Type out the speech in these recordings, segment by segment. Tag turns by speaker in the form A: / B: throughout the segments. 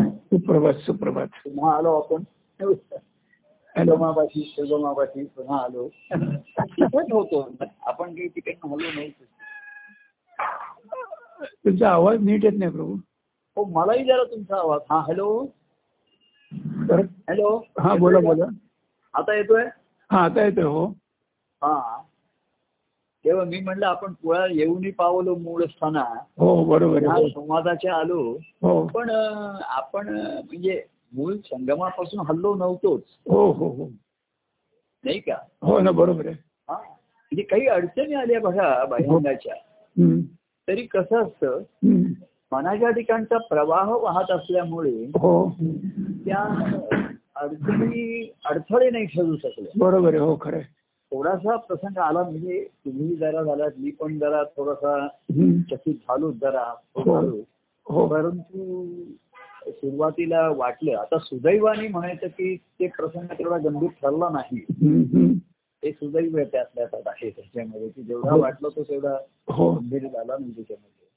A: सुप्रभात सुप्रभात
B: पुन्हा आलो आपण सुगमापाशी सुगमापाशी पुन्हा आलो तिथेच होतो आपण काही तिकडनं हलो नाही
A: तुमचा आवाज नीट येत नाही प्रभू
B: हो मलाही जरा तुमचा आवाज हा हॅलो
A: तर
B: हॅलो
A: हा बोला बोला
B: आता येतोय
A: हा आता येतोय हो
B: हा तेव्हा मी म्हणलं आपण कुळा येऊनही पावलो मूळ असताना
A: हो बरोबर
B: ह्या
A: आहे.
B: संवादाच्या आलो
A: हो
B: पण अं, आपण अं, म्हणजे मूळ संगमापासून हल्लो नव्हतोच
A: हो हो हो
B: नाही का
A: हो ना बरोबर आहे
B: हा म्हणजे काही अडचणी आल्या बघा बाह्यांगाच्या
A: हम्म,
B: तरी कसं असतं
A: हम्म.
B: मनाच्या ठिकाणचा प्रवाह वाहत असल्यामुळे
A: हो
B: त्या अडचणी अडथळे नाही ठरू शकले
A: बरोबर आहे हो खरं आहे.
B: थोडासा प्रसंग आला म्हणजे तुम्ही जरा झालात मी पण जरा थोडासा
A: हम्म.
B: चकित झालो जरा
A: हो.
B: झालो
A: हो
B: परंतु सुरुवातीला वाटलं आता सुदैवाने म्हणायचं की ते प्रसंग तेवढा गंभीर ठरला नाही
A: हम्म, हम्म.
B: ते सुदैव आहे त्यातल्या त्यात आहे त्याच्यामध्ये की जेवढा
A: हो.
B: वाटलं तो तेवढा
A: हो
B: गंभीर झाला नाही त्याच्यामध्ये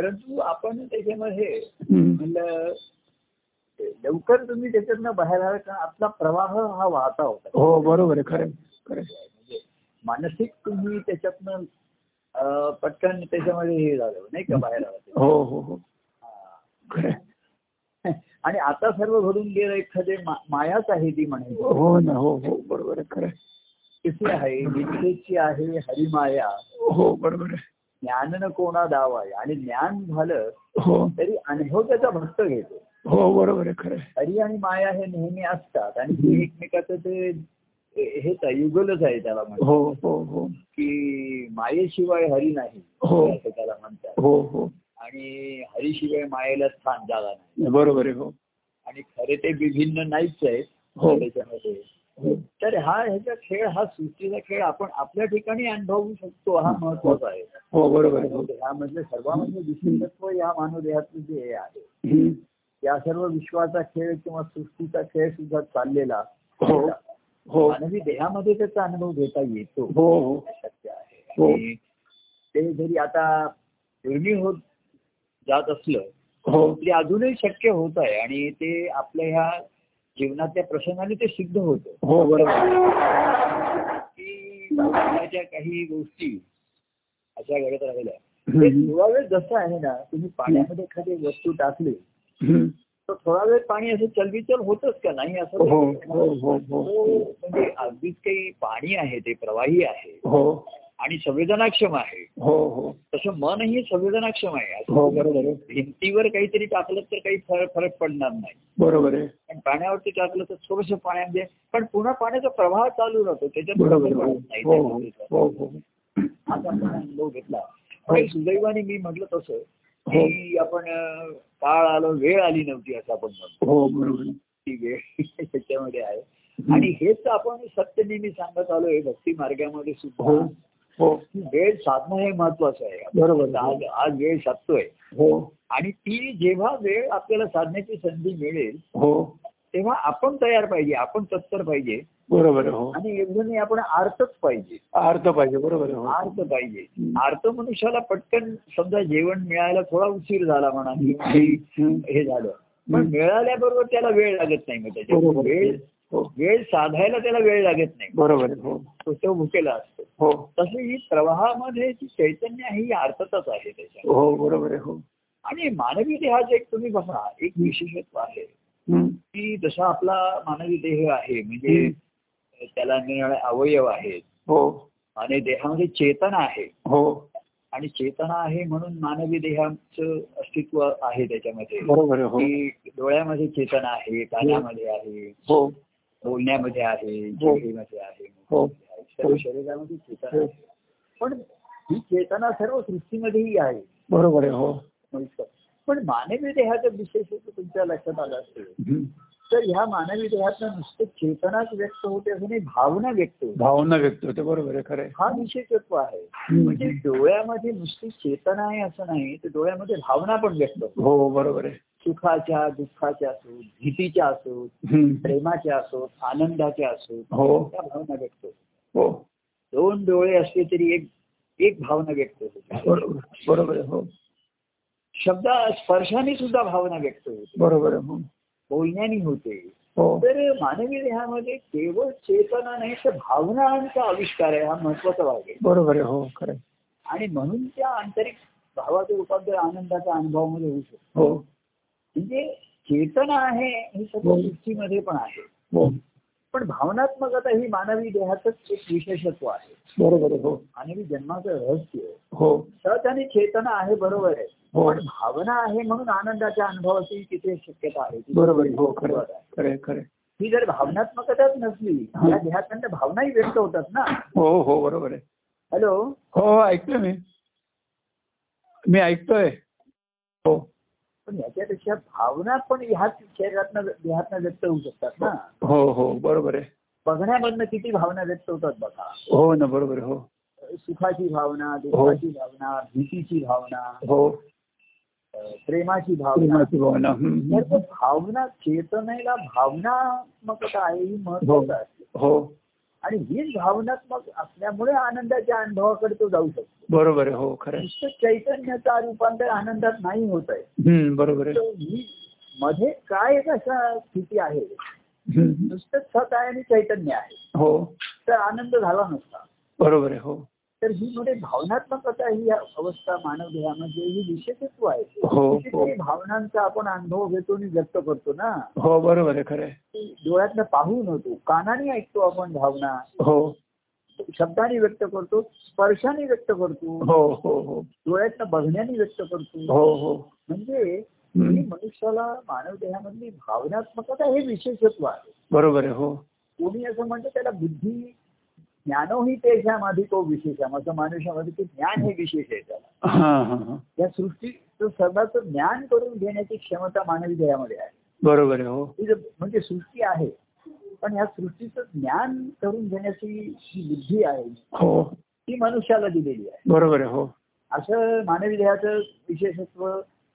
B: परंतु आपण त्याच्यामध्ये
A: हम्म.
B: म्हणलं लवकर तुम्ही त्याच्यातनं बाहेर आला कारण आपला प्रवाह हा वाहता होता
A: हो बरोबर आहे खरं आहे, खरं आहे.
B: म्हणजे मानसिक तुम्ही त्याच्यातनं अं, पटकन त्याच्यामध्ये हे झालं नाही का बाहेर आला ते.
A: हो हो हो
B: हा.
A: खरं आहे.
B: आणि आता सर्व घडून गेलं एखादे मा- मायाच आहे ती म्हणे
A: हो ना हो हो बरोबर आहे खरं आहे.
B: किती आहे नित्याची आहे हरिमाया
A: हो बरोबर आहे
B: ज्ञान न कोणा दाव आहे आणि ज्ञान झालं
A: हो
B: तरी अनुभव त्याचा भक्त घेतो
A: हो बरोबर आहे खरं आहे.
B: हरी आणि माया हे नेहमी असतात आणि ते एकमेकाचं ते हेच आहे युगलच आहे त्याला म्हणतात
A: हो हो हो
B: की मायेशिवाय हरी नाही
A: हो.
B: असं त्याला म्हणतात
A: हो हो
B: आणि हरीशिवाय मायेला स्थान जागा नाही
A: बरोबर आहे हो
B: आणि खरे ते विभिन्न नाहीच आहे
A: हो.
B: त्याच्यामध्ये
A: हो
B: तर हा ह्याचा खेळ हा सृष्टीचा खेळ आपण आपल्या ठिकाणी अनुभवू शकतो हा महत्वाचा आहे
A: हो बरोबर आहे हो.
B: ह्यामधले सर्वांमध्ये विशेषत्व या मानवदेहातलं जे आहे
A: हम्म.
B: या सर्व विश्वाचा खेळ किंवा सृष्टीचा खेळ सुद्धा चाललेला
A: हो हो
B: मानवी देहामध्ये त्याचा अनुभव घेता येतो
A: हो हो
B: शक्य आहे
A: हो.
B: आणि ते जरी आता दुर्मिळ होत जात असलं
A: हो
B: तरी अजूनही शक्य होत आहे आणि ते आपल्या ह्या जीवनातल्या प्रसंगाने ते सिद्ध होतं
A: हो बरोबर आहे.
B: की जीवनाच्या काही गोष्टी अशा घडत राहिल्या ते
A: हम्म.
B: थोडा वेळ जसं आहे ना तुम्ही पाण्यामध्ये एखादी वस्तू टाकली
A: हम्म.
B: तर थोडा वेळ पाणी असं चलबिचल होतच का नाही असं
A: हो
B: नाही.
A: हो हो हो
B: तो म्हणजे अगदीच काही पाणी आहे ते प्रवाही आहे
A: हो
B: आणि संवेदनाक्षम आहे
A: हो हो
B: तसं मनही संवेदनाक्षम आहे असं
A: हो बरोबर आहे
B: भिंतीवर काहीतरी टाकलं तर काही फरक फरक पडणार नाही
A: बरोबर आहे
B: पण पाण्यावरती टाकलं तर थोडस पाण्यामध्ये पण पुन्हा पाण्याचा प्रवाह चालू राहतो त्याच्यात
A: बरोबर
B: फरक
A: आहे.
B: पडत नाही
A: हो
B: त्या
A: हो
B: गोष्टीचा.
A: हो हो
B: आज आपण अनुभव घेतला पण सुदैवाने मी म्हटलं तसं
A: हो.
B: की आपण अं, काळ आलो वेळ आली नव्हती असं आपण म्हणतो
A: हो बरोबर आहे.
B: ती वेळ त्याच्यामध्ये आहे आणि हेच आपण सत्य नेहमी सांगत आलोय भक्ती मार्गामध्ये
A: हो
B: सुद्धा
A: हो
B: की वेळ साधणं हे महत्वाचं आहे
A: बरोबर.
B: आज आज वेळ साधतोय
A: हो
B: आणि ती जेव्हा वेळ आपल्याला साधण्याची संधी मिळेल
A: हो
B: तेव्हा आपण तयार पाहिजे आपण तत्पर पाहिजे
A: बरोबर आहे. हो
B: आणि एवढं नाही आपण आर्तच पाहिजे
A: अर्थ पाहिजे बरोबर आहे. हो
B: आर्त पाहिजे
A: हं.
B: आर्त मनुष्याला पटकन समजा जेवण मिळायला थोडा उशीर झाला म्हणा किंवा काही
A: हम्म.
B: हे झालं पण
A: हं.
B: मिळाल्याबरोबर त्याला वेळ लागत नाही मग त्याच्यात
A: बरोबर आहे.
B: वेळ
A: हो
B: वेळ साधायला त्याला वेळ लागत नाही
A: बरोबर आहे. हो
B: तो तो भुकेला असतो
A: हो
B: तसं ही प्रवाहामध्ये जी चैतन्य आहे ही अर्थातच आहे त्याच्या
A: हो बरोबर आहे. हो
B: आणि मानवी देहाचं एक तुम्ही बघा एक विशेषत्व आहे
A: हम्म.
B: की जसा आपला मानवी देह आहे म्हणजे
A: हं.
B: त्याला निरनिराळे अवयव आहेत
A: हो
B: आणि देहामध्ये चेतना आहे
A: हो
B: आणि चेतना आहे म्हणून मानवी देहाचं अस्तित्व आहे त्याच्यामध्ये
A: बरोबर आहे. हो
B: की डोळ्यामध्ये चेतना आहे कानामध्ये आहे
A: हो
B: बोलण्यामध्ये आहे
A: हो.
B: जिभेमध्ये आहे
A: हो.
B: मुखामध्ये आहे. सर्व शरीरामध्ये चेतना
A: हो.
B: आहे पण ही चेतना सर्व सृष्टीमध्येही आहे
A: बरोबर आहे. हो
B: मनुष्य. पण मानवी देहाचं विशेष तुमच्या लक्षात आलं असेल
A: हम्म.
B: तर ह्या मानवी देहातनं नुसतं चेतनाच व्यक्त होते असं नाही भावना व्यक्त होते
A: भावना व्यक्त होते बरोबर आहे खरं आहे.
B: हा विशेषत्व आहे म्हणजे
A: हम्म.
B: डोळ्यामध्ये नुसती चेतना आहे असं नाही तर डोळ्यामध्ये भावना पण व्यक्त होते
A: हो बरोबर आहे
B: सुखाच्या दुःखाच्या असो भीतीच्या असो
A: हम्म.
B: प्रेमाच्या असो आनंदाच्या असो
A: हो
B: त्या भावना व्यक्त होते
A: हो
B: दोन डोळे असले तरी एक एक भावना व्यक्त होते
A: बरोबर बरोबर आहे. हो
B: शब्द स्पर्शाने सुद्धा भावना व्यक्त होते
A: बरोबर आहे हो.
B: बोलण्याने होते
A: हो
B: तर मानवी देहामध्ये केवळ चेतना नाही तर भावनांचा आविष्कार आहे हा महत्वाचा भाग आहे
A: बरोबर आहे हो खरं आहे.
B: आणि म्हणून त्या आंतरिक भावाचं रूपांतर आनंदाच्या अनुभवामध्ये होऊ शकतो
A: हो
B: म्हणजे चेतना आहे हे सगळं सृष्टीमध्ये पण आहे
A: हो
B: पण भावनात्मकता ही मानवी देहातच एक विशेषत्व आहे
A: बरोबर आहे हो
B: मानवी जन्माचं रहस्य आहे.
A: हो
B: सहज आणि चेतना आहे बरोबर आहे
A: हो
B: पण भावना आहे म्हणून आनंदाच्या अनुभवाची तिथे शक्यता आहे तिथे
A: बरोबर आहे हो खरं
B: सुरुवात
A: आहे.
B: आहे.
A: खरं आहे, खरं आहे.
B: ही जर भावनात्मकताच नसली
A: हा.
B: या देहातनं भावनाही व्यक्त होतात ना
A: हो हो बरोबर आहे
B: हॅलो
A: हो हो ऐकतोय मी मी ऐकतोय हो
B: पण याच्यापेक्षा भावना पण ह्याच शरीरातनं देहातनं व्यक्त होऊ शकतात ना
A: हो हो बरोबर आहे
B: बघण्यामधनं किती भावना व्यक्त होतात बघा
A: हो ना बरोबर आहे, हो
B: सुखाची भावना दुःखाची भावना भीतीची भावना
A: हो
B: अं, प्रेमाची भावना
A: प्रेमाची भावना हम्म, हम्म,
B: तर
A: हम्म.
B: भावना चेतनेला भावनात्मकता आहे ही महत्वाचं असते
A: हो
B: आणि हीच भावनात्मक असल्यामुळे आनंदाच्या अनुभवाकडे तो जाऊ शकतो
A: बरोबर आहे हो खरं आहे.
B: नुसतं चैतन्याचा रूपांतर आनंदात नाही होत आहे
A: हम्म, बरोबर आहे
B: तर ही मध्ये काय एक अशा स्थिती आहे
A: हम्म,
B: नुसतं सत आहे आणि चैतन्य आहे
A: हो
B: तर आनंद झाला नसता
A: बरोबर आहे हो
B: तर ही मध्ये भावनात्मकता ही अवस्था मानव देहामध्ये ही विशेषत्व आहे
A: हो, हो.
B: कितीतरी भावनांचा आपण अनुभव घेतो आणि व्यक्त करतो ना
A: हो बरोबर आहे खरं आहे.
B: ती डोळ्यातनं पाहून होतो कानाने ऐकतो आपण भावना
A: हो
B: शब्दाने व्यक्त करतो स्पर्शाने व्यक्त करतो
A: हो हो हो
B: डोळ्यातनं बघण्याने व्यक्त करतो
A: हो हो
B: म्हणजे
A: हम्म.
B: ही मनुष्याला मानव देहामधली भावनात्मकता हे विशेषत्व आहे
A: बरोबर आहे हो
B: कोणी असं म्हणतं त्याला बुद्धी ज्ञानोही तेजाम आधी तो विशेषम असं मानुषामध्ये की ज्ञान हे विशेष आहे त्याला
A: हा हा हा
B: या सृष्टीचं सर्वांचं ज्ञान करून घेण्याची क्षमता मानवी देहामध्ये आहे
A: बरोबर आहे हो
B: ही जर- म्हणजे सृष्टी आहे पण या सृष्टीचं ज्ञान करून घेण्याची जी बुद्धी आहे
A: हो
B: ती मनुष्याला दिलेली आहे
A: बरोबर आहे हो
B: असं मानवी देहाचं विशेषत्व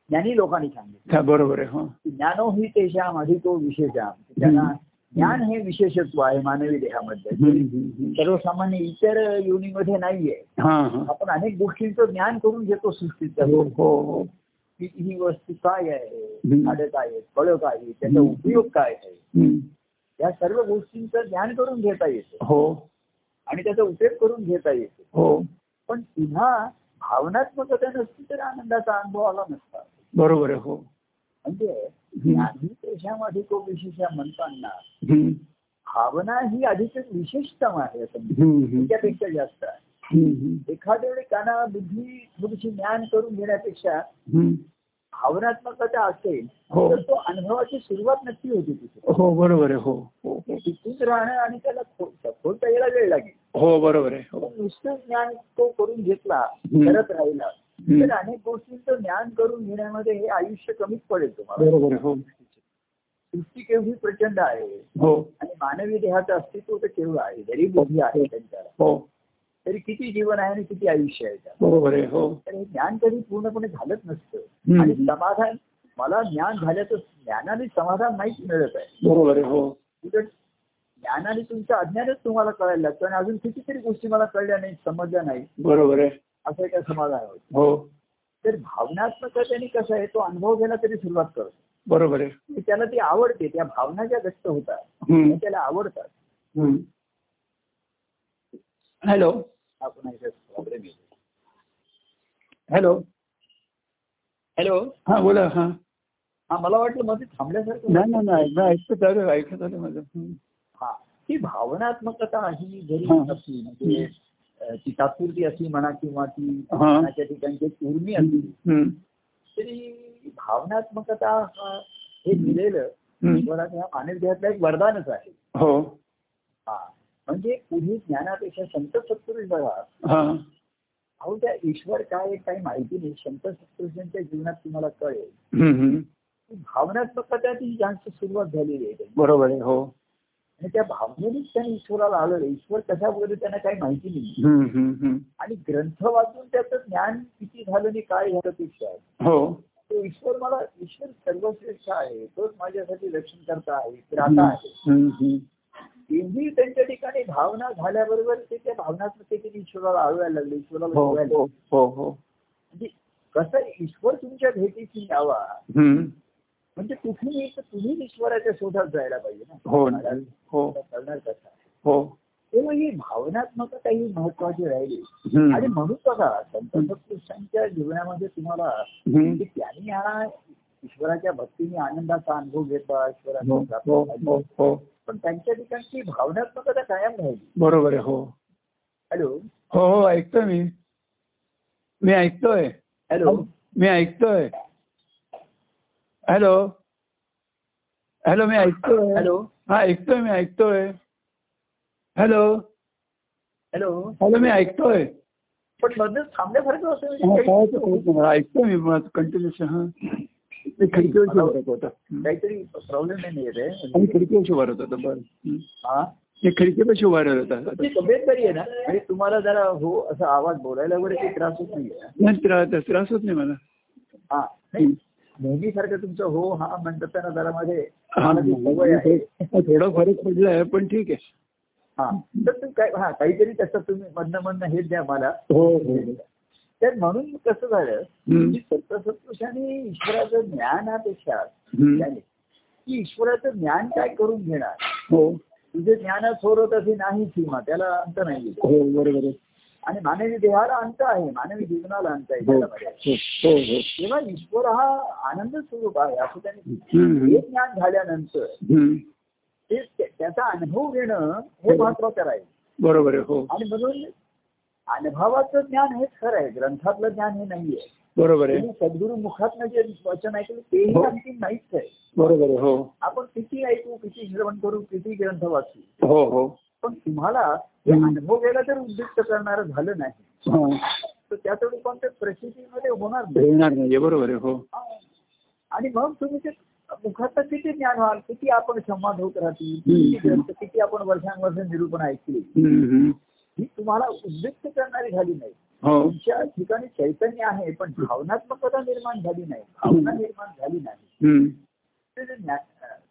B: ज्ञानी लोकांनी सांगितलं
A: हा, बरोबर आहे हो
B: ज्ञानो ही तेजाम अधिको विशेषाम त्यांना ज्ञान हे विशेषत्व आहे मानवी देहामध्ये
A: हम्म, हम्म, हम्म.
B: सर्वसामान्य इतर योनीमध्ये नाहीये
A: हा हा
B: आपण अनेक गोष्टींचं ज्ञान करून घेतो
A: हो
B: सृष्टीचं
A: हो हो
B: की ही वस्तू काय आहे
A: हम्म.
B: झाडं काय आहेत फळं काय आहेत त्याचा
A: हम्म.
B: उपयोग काय आहे
A: हम्म.
B: या सर्व गोष्टींचं ज्ञान करून घेता येतं
A: हो
B: आणि त्याचा उपयोग करून घेता येतो
A: हो
B: पण पुन्हा भावनात्मकता नसती तर आनंदाचा अनुभव आला नसता
A: बरोबर आहे हो
B: म्हणजे
A: हम्म.
B: ज्ञानी देशामध्ये तो विशेष म्हणताना
A: हम्म.
B: भावना ही अधिक विशेषतम आहे असं म्हणतात.
A: हम्म, हम्म.
B: त्यापेक्षा जास्त आहे
A: हम्म, हम्म.
B: एखाद्या वेळी काना बुद्धी थोडीशी ज्ञान करून घेण्यापेक्षा
A: हम्म.
B: भावनात्मकता असेल
A: हो.
B: तर तो अनुभवाची सुरुवात नक्की होती तिथे
A: हो बरोबर आहे हो हो हो.
B: टिकून राहणं आणि त्याला खो- खोलता यायला वेळ लागेल
A: हो बरोबर आहे हो
B: पण नुसतं ज्ञान तो करून घेतला
A: हम्म.
B: करत राहिला
A: हम्म.
B: तर अनेक गोष्टींचं ज्ञान करून घेण्यामध्ये हे आयुष्य कमीच पडेल तुम्हाला
A: बरोबर आहे हो
B: सृष्टी केवढी प्रचंड आहे
A: हो
B: आणि मानवी देहाचं अस्तित्व तर केवढं आहे जरी बुद्धी आहे त्यांच्याला
A: हो
B: तरी किती जीवन आहे आणि किती आयुष्य आहे त्याला
A: बरोबर आहे हो
B: तर हे ज्ञान कधी पूर्णपणे झालंच नसतं
A: हम्म.
B: आणि समाधान मला ज्ञान झाल्याचं ज्ञानाने समाधान नाहीच मिळत आहे
A: बरोबर आहे हो
B: उलट म्हणजे ज्ञानाने तुमचं अज्ञानच तुम्हाला कळायला लागतं आणि अजून कितीतरी गोष्टी मला कळल्या नाही समजल्या नाही
A: बरोबर आहे
B: असं एका समाधान होतं
A: हो
B: तर भावनात्मकतेने कसं आहे तो अनुभव घ्यायला तरी सुरुवात करतो
A: बरोबर आहे
B: की त्याला ती आवडते त्या भावना ज्या व्यक्त होतात
A: हम्म.
B: त्या त्याला आवडतात
A: हम्म. हॅलो
B: आपण हॅलो
A: हॅलो हा बोला हा
B: हा मला वाटलं मध्ये थांबल्यासारखं
A: नाही नाही नाही ऐकलं ऐकतं चालू आहे, ऐकत आलं माझं हम्म.
B: हा ही भावनात्मकता ही जरी
A: हा.
B: असली म्हणजे अ, ती तात्पुरती असली म्हणा किंवा ती
A: हा.
B: मनाच्या ठिकाणची उर्मी असली
A: हम्म.
B: तरी भावनात्मकता हा हे दिलेलं
A: हम्म.
B: ईश्वराने ह्या मानव देहातलं एक वरदानच आहे
A: हो
B: हा म्हणजे पुढे ज्ञानापेक्षा संत सत्पुरुष बघा
A: हा
B: अहो त्या ईश्वर काय आहे काही माहिती नाही संत सत्पुरुषांच्या जीवनात तुम्हाला कळेल
A: हम्म, हम्म.
B: की भावनात्मकता ती जास्त सुरुवात झालेली आहे त्यांची.
A: बरोबर आहे हो
B: आणि त्या भावनेनेच त्यांनी ईश्वराला आलेलं आहे. ईश्वर कशा वगैरे त्यांना काही माहिती नाही
A: हम्म, हम्म, हम्म.
B: आणि ग्रंथ वाचून त्याचं ज्ञान किती झालं आणि काय झालं पेक्षा आहे.
A: हो
B: तो ईश्वर मला ईश्वर सर्वश्रेष्ठ आहे तोच माझ्यासाठी रक्षण करता आहे
A: हम्म,
B: त्राता आहे
A: हम्म, हम्म.
B: एवढी त्यांच्या ठिकाणी भावना झाल्याबरोबर ते त्या भावनात्मक ईश्वराला आळवायला लागले ईश्वराला
A: हो
B: शोधायला
A: हो
B: लागले.
A: हो हो
B: म्हणजे कसं ईश्वर तुमच्या भेटीची यावा
A: हम्म.
B: म्हणजे कुठेही एक तुम्ही ईश्वराच्या शोधात जायला पाहिजे ना
A: हो ना.
B: मला
A: हो
B: करणार कसा
A: हो
B: तेव्हा ही भावनात्मक काही महत्वाची राहिली
A: हम्म.
B: आणि म्हणून बघा संत
A: हम्म.
B: सत्पुरुषांच्या जीवनामध्ये तुम्हाला
A: हम्म.
B: की त्यांनी हा ईश्वराच्या भक्तीने आनंदाचा अनुभव घेतला
A: हो,
B: ईश्वराचा
A: हो,
B: प्राप्त
A: हो,
B: झाला.
A: हो.
B: पण त्यांच्या ठिकाणची भावनात्मकता कायम राहिली
A: बरोबर आहे हो
B: हॅलो
A: हो हो ऐकतोय मी मी ऐकतोय
B: हॅलो
A: मी ऐकतोय हॅलो हॅलो मी ऐकतोय
B: हॅलो
A: हा ऐकतोय मी ऐकतोय हॅलो
B: हॅलो
A: हॅलो मी ऐकतोय
B: पण मध्येच थांबल्यासारखं असं म्हणजे
A: हा, काय
B: काही-
A: ते कळत नाही मला. ऐकतोय मी कंटिन्युएशन हा मी खिडकीवरची भरत होता
B: काहीतरी प्रॉब्लेम नाही येत आहे
A: मी खिडकीवरशी भरत होता बरं हं.
B: हा
A: मी खिडकीपाशी उभा राहिलो होता
B: तुमची तब्येत बरी आहे ना आणि तुम्हाला जरा हो असा आवाज बोलायला वगैरे काही त्रास होत नाहीये
A: नाही त्रा- त्रास होत नाही मला
B: हा नाही नेहमीसारखं तुमचं हो हा म्हणत असताना जरा मध्ये
A: हा,
B: मला ती सवय आहे
A: थोडा फरक पडला आहे पण ठीक आहे
B: हा तर तुम्ही काय हा काहीतरी त्याचं तुम्ही म्हणणं म्हणणं हेच द्या मला
A: हो हो
B: तर म्हणून कसं झालं
A: हं.
B: की संत सत्पुरुषांनी ईश्वराचं ज्ञानापेक्षा
A: हं.
B: त्याने की ईश्वराचं ज्ञान काय करून घेणार
A: हो
B: तुझे ज्ञान थोरत असे नाही सीमा त्याला अंत नाही
A: हो बरोबर आहे
B: आणि मानवी देहाला अंत आहे मानवी जीवनाला अंत आहे
A: हो
B: त्याच्यामध्ये
A: हो हो हो.
B: तेव्हा ईश्वर हा आनंद स्वरूप आहे असं त्यांनी
A: हम्म,
B: हे ज्ञान झाल्यानंतर
A: हम्म.
B: ते ते- त्याचा अनुभव घेणं हे
A: हो.
B: महत्वाचं राहील
A: बरोबर आहे हो
B: आणि म्हणून अनुभवाचं ज्ञान हेच खरं आहे ग्रंथातलं ज्ञान हे नाहीये
A: बरोबर आहे
B: तुम्ही सद्गुरु मुखातनं जे वचन ऐकलं तेही
A: हो.
B: अंतिम नाहीच आहे
A: बरोबर आहे हो
B: आपण किती ऐकू किती श्रवण करू किती ग्रंथ वाचू
A: हो हो
B: पण तुम्हाला हे
A: हम्म.
B: अनुभवायला जर उद्युक्त करणारं झालं नाही
A: हा.
B: तर त्याचं रूपांतर प्रसिद्धीमध्ये होणार नाही
A: भेटणार नाहीये बरोबर आहे हो
B: आणि मग तुम्ही ते मुखात किती ज्ञान व्हाल किती आपण संवाद होत राहतील
A: हम्म.
B: किती ग्रंथ किती आपण वर्षांवर्ष निरूपण ऐकली
A: हम्म, हम्म.
B: ही तुम्हाला उद्युक्त करणारी झाली नाही
A: हो
B: तुमच्या ठिकाणी चैतन्य आहे पण भावनात्मकता निर्माण झाली नाही भावना निर्माण झाली नाही
A: हम्म.
B: ते जे ज्ञा-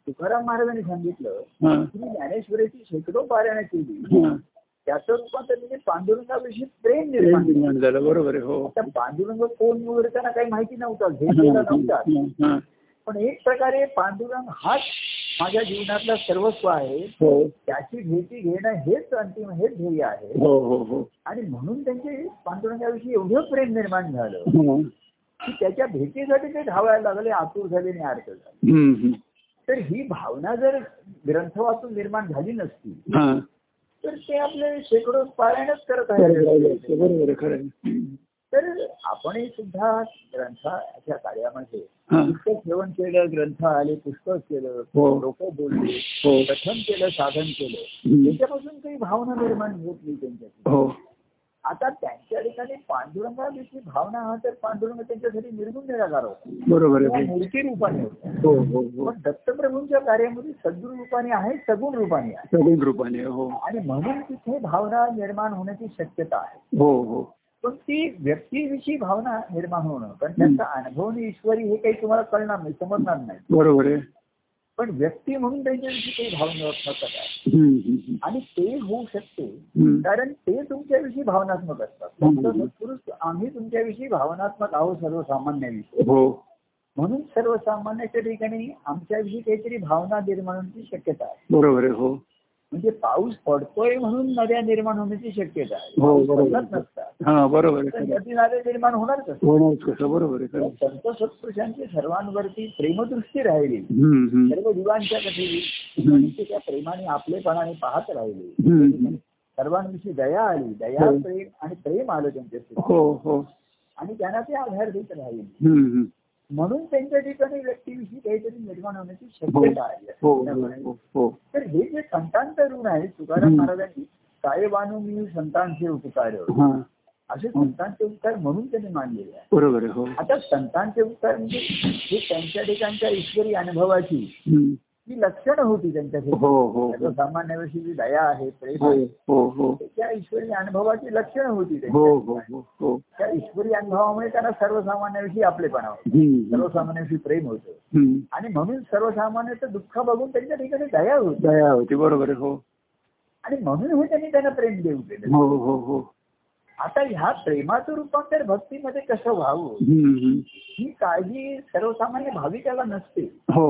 B: तुकाराम महाराजांनी सांगितलं
A: हा.
B: तुम्ही ज्ञानेश्वरीची शेकडो पारायण केली
A: हा.
B: त्याचं रूपांतर म्हणजे पांडुरंगाविषयी प्रेम निर्माण
A: प्रेम
B: झालं.
A: निर्माण झालं बरोबर आहे हो
B: आता पांडुरंग कोण वगैरे त्यांना काही माहिती नव्हता घेतलेला नव्हता
A: हा, हा.
B: पण एक प्रकारे पांडुरंग हाच माझ्या जीवनातला सर्वस्व आहे
A: हो
B: त्याची भेटी घेणं हेच अंतिम हे ध्येय आहे
A: हो हो हो
B: आणि म्हणून त्यांचे पांडुरंगाविषयी एवढं प्रेम निर्माण झालं
A: हा.
B: की त्याच्या भेटीसाठी ते धावायला लागले आतुर झाले आणि आर्थ झाले
A: हम्म, हम्म.
B: तर ही भावना जर ग्रंथ वाचून निर्माण झाली नसती
A: हा.
B: तर ते आपले शेकडो पारायणच करत
A: बरोबर आहे,
B: आहे
A: बरोबर आहे खरं आहे.
B: तर आपणही सुद्धा ग्रंथाच्या कार्यामध्ये
A: हा.
B: पुस्तक सेवन केलं ग्रंथ आले पुस्तक केलं
A: हो.
B: लोक बोलले
A: हो
B: कथन केलं साधन केलं
A: हम्म.
B: त्याच्यापासून काही भावना निर्माण होत नाही त्यांच्यात
A: हो
B: आता त्यांच्या ठिकाणी पांडुरंगाविषयी भावना हा तर पांडुरंग त्यांच्यासाठी निर्गुण निराकार होता
A: बरोबर
B: किंवा
A: आहे
B: मूर्ती रूपाने होता
A: हो हो हो
B: पण दत्तप्रभूंच्या कार्यामध्ये सद्गुण रूपाने आहे सगुण रूपाने आहे
A: सगळ्या रूपाने हो
B: आणि म्हणून तिथे भावना निर्माण होण्याची शक्यता आहे
A: हो हो
B: पण ती व्यक्तीविषयी भावना निर्माण होणं कारण त्यांचा अनुभव आणि ईश्वरी हे काही तुम्हाला कळणार नाही समजणार नाही
A: बरोबर आहे
B: पण व्यक्ती म्हणून त्यांच्याविषयी काही भावनात्मक आहे
A: हम्म, हम्म,
B: आणि ते होऊ शकते
A: हम्म.
B: कारण ते तुमच्याविषयी भावनात्मक असतात
A: हम्म.
B: फक्त सत्पुरुष आम्ही तुमच्याविषयी भावनात्मक आहोत सर्वसामान्याविषयी
A: हो
B: म्हणून सर्वसामान्याच्या ठिकाणी आमच्याविषयी काहीतरी भावना निर्माण होण्याची शक्यता आहे
A: बरोबर आहे हो
B: म्हणजे पाऊस पडतोय म्हणून नद्या निर्माण होण्याची शक्यता आहे
A: हो,
B: पाऊस
A: बरोबर. हो,
B: पडलाच नसता
A: हा बरोबर आहे
B: तर
A: खरं आहे.
B: नदी नाले निर्माण होणारच असतात.
A: होणारच कसं बरोबर आहे खरं आहे.
B: संत सत्पुरुषांची सर्वांवरती प्रेमदृष्टी राहिली
A: हम्म, हम्म.
B: सर्व जीवांच्या कधी
A: हम्म.
B: ते त्या प्रेमाने आपलेपणाने पाहत राहिले
A: हम्म.
B: सर्वांविषयी दया आली दया
A: हो.
B: प्रेम आणि प्रेम आलं त्यांच्याशी
A: हो हो
B: आणि त्यांना ते आधार देत राहील
A: हम्म, हम्म.
B: म्हणून त्यांच्या ठिकाणी व्यक्तीविषयी काहीतरी निर्माण होण्याची
A: हो.
B: शक्यता आहे
A: हो
B: असं
A: हो,
B: म्हणणं आहे.
A: हो हो
B: तर हे जे संतांचं ऋण आहे तुकाराम
A: हम्म.
B: महाराजांनी साहेबानू मी संतांचे उपकार
A: हा
B: असे
A: हो.
B: संतांचे उपकार म्हणून त्यांनी मानलेले आहे
A: बरोबर आहे हो
B: आता संतांचे उपकार म्हणजे हे त्यांच्या ठिकाणच्या ईश्वरी अनुभवाची
A: हम्म.
B: जी लक्षणं होती त्यांच्या
A: हो हो हो
B: सर्वसामान्याविषयी जी दया आहे प्रेम
A: हो
B: आहे
A: हो हो
B: त्या ईश्वरी अनुभवाची लक्षणं होती त्यांच्या
A: हो हो
B: ठिकाणी.
A: हो हो
B: त्या ईश्वरी अनुभवामुळे त्यांना सर्वसामान्याविषयी आपलेपणा होता
A: हम्म,
B: सर्वसामान्याविषयी प्रेम होतं
A: हम्म.
B: आणि म्हणून सर्वसामान्याचं दुःख बघून त्यांच्या ठिकाणी दया होती
A: दया होती बरोबर आहे हो
B: आणि म्हणून हे त्यांनी त्यांना प्रेम देऊ केलं
A: हो हो हो
B: आता ह्या प्रेमाचं रूपांतर भक्तीमध्ये कसं व्हावं
A: हम्म, हम्म.
B: ही काळजी सर्वसामान्य भाविकाला नसते
A: हो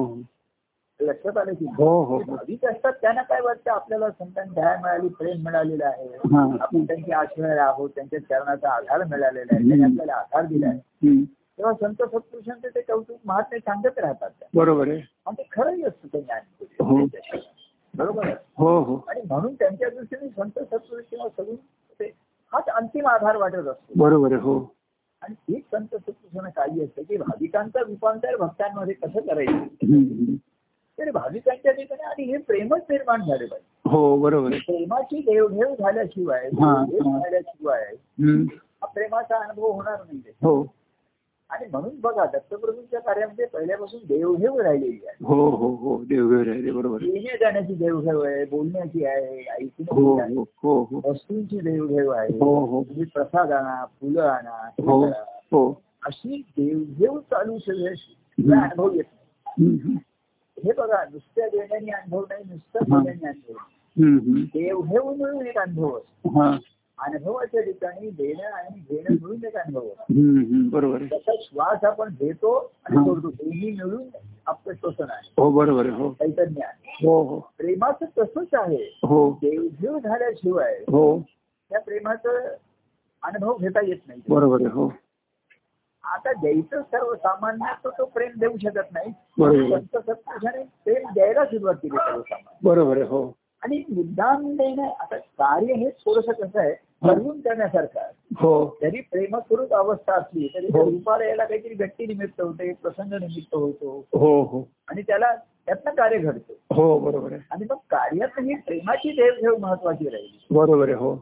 B: लक्षात आलं की
A: हो, हो.
B: जे भाविक असतात त्यांना काय वाटतं आपल्याला संतांनी दया मिळाली प्रेम मिळालेलं आहे
A: हा.
B: आपण त्यांचे आश्रय आहोत त्यांच्या चरणाचा आधार मिळालेला आहे
A: हम्म.
B: त्यांनी आपल्याला आधार दिला आहे
A: हम्म.
B: तेव्हा संत सत्पुरुषांचे ते कौतुक महात्मे सांगत राहतात
A: बरोबर आहे
B: आणि ते खरंही असतं ते ज्ञान
A: हो.
B: बरोबर आहे
A: हो हो
B: आणि म्हणून त्यांच्या दृष्टीने संत सत्पुरुष किंवा सगळी ते हाच अंतिम आधार वाटत असतो
A: बरोबर आहे हो
B: आणि तीच संत सत्पुरुषांना काही असतं की भाविकांचा रूपांतर भक्तांमध्ये कसं करायचं
A: हम्म, हम्म.
B: तर भाविकांच्या ठिकाणी आणि हे प्रेमच निर्माण झाले पाहिजे
A: हो बरोबर आहे
B: म्हणजे प्रेमाची देवघेव झाल्याशिवाय
A: हा,
B: देवघेव
A: हा.
B: झाल्याशिवाय
A: हम्म.
B: हा प्रेमाचा अनुभव होणार नाही
A: हो
B: आणि म्हणून बघा दत्तप्रभूंच्या कार्यामध्ये पहिल्यापासून देवघेव राहिलेली आहे
A: हो हो हो देवघेव आहे बरोबर आहे
B: येण्या जाण्याची देवघेव आहे बोलण्याची आहे
A: हो
B: ऐकण्याची आहे
A: हो हो हो
B: वस्तूंची देवघेव आहे
A: हो हो
B: तुम्ही प्रसाद आणा फुलं आणा हे
A: हो
B: करा.
A: हो
B: अशी देवघेव चालू सगळ्याशी
A: हम्म.
B: अनुभव येत नाही.
A: हम्म, हम्म.
B: हे बघा नुसत्या देण्याने अनुभव नाही नुसतं
A: हा.
B: बोलण्याने अनुभव नाही.
A: हम्म, हम्म.
B: देवघेव मिळून एक अनुभव असतो
A: हा.
B: अनुभवाच्या ठिकाणी देणं आणि घेणं मिळून एक अनुभव असतो.
A: हम्म, हम्म. बरोबर आहे
B: जसा श्वास आपण घेतो आणि
A: हा.
B: सोडतो दोन्ही मिळून आपलं श्वसन आहे
A: हो बरोबर आहे हो
B: चैतन्य आहे
A: हो हो
B: प्रेमाचं तसंच आहे
A: हो
B: देवघेव झाल्याशिवाय
A: हो
B: त्या प्रेमाचं अनुभव घेता येत नाही
A: बरोबर आहे हो
B: आता द्यायचं सर्वसामान्य तो तो प्रेम देऊ शकत नाही
A: बरोबर.
B: संत सत्पुरुषाने प्रेम द्यायला सुरुवात केली सर्वसामान्य
A: बरोबर आहे हो
B: आणि मुद्दाम देणं आता कार्य हे थोडस कसं आहे करून करण्यासारखं आहे
A: हो
B: जरी प्रेमस्वरूप अवस्था असली तरी त्या
A: हो.
B: रूपाला यायला काहीतरी व्यक्ती निमित्त होते प्रसंग निमित्त होतो
A: हो हो
B: आणि त्याला त्यातनं कार्य घडतो
A: हो बरोबर आहे
B: आणि मग कार्यात ही प्रेमाची देवघेव महत्वाची राहिली
A: बरोबर आहे हो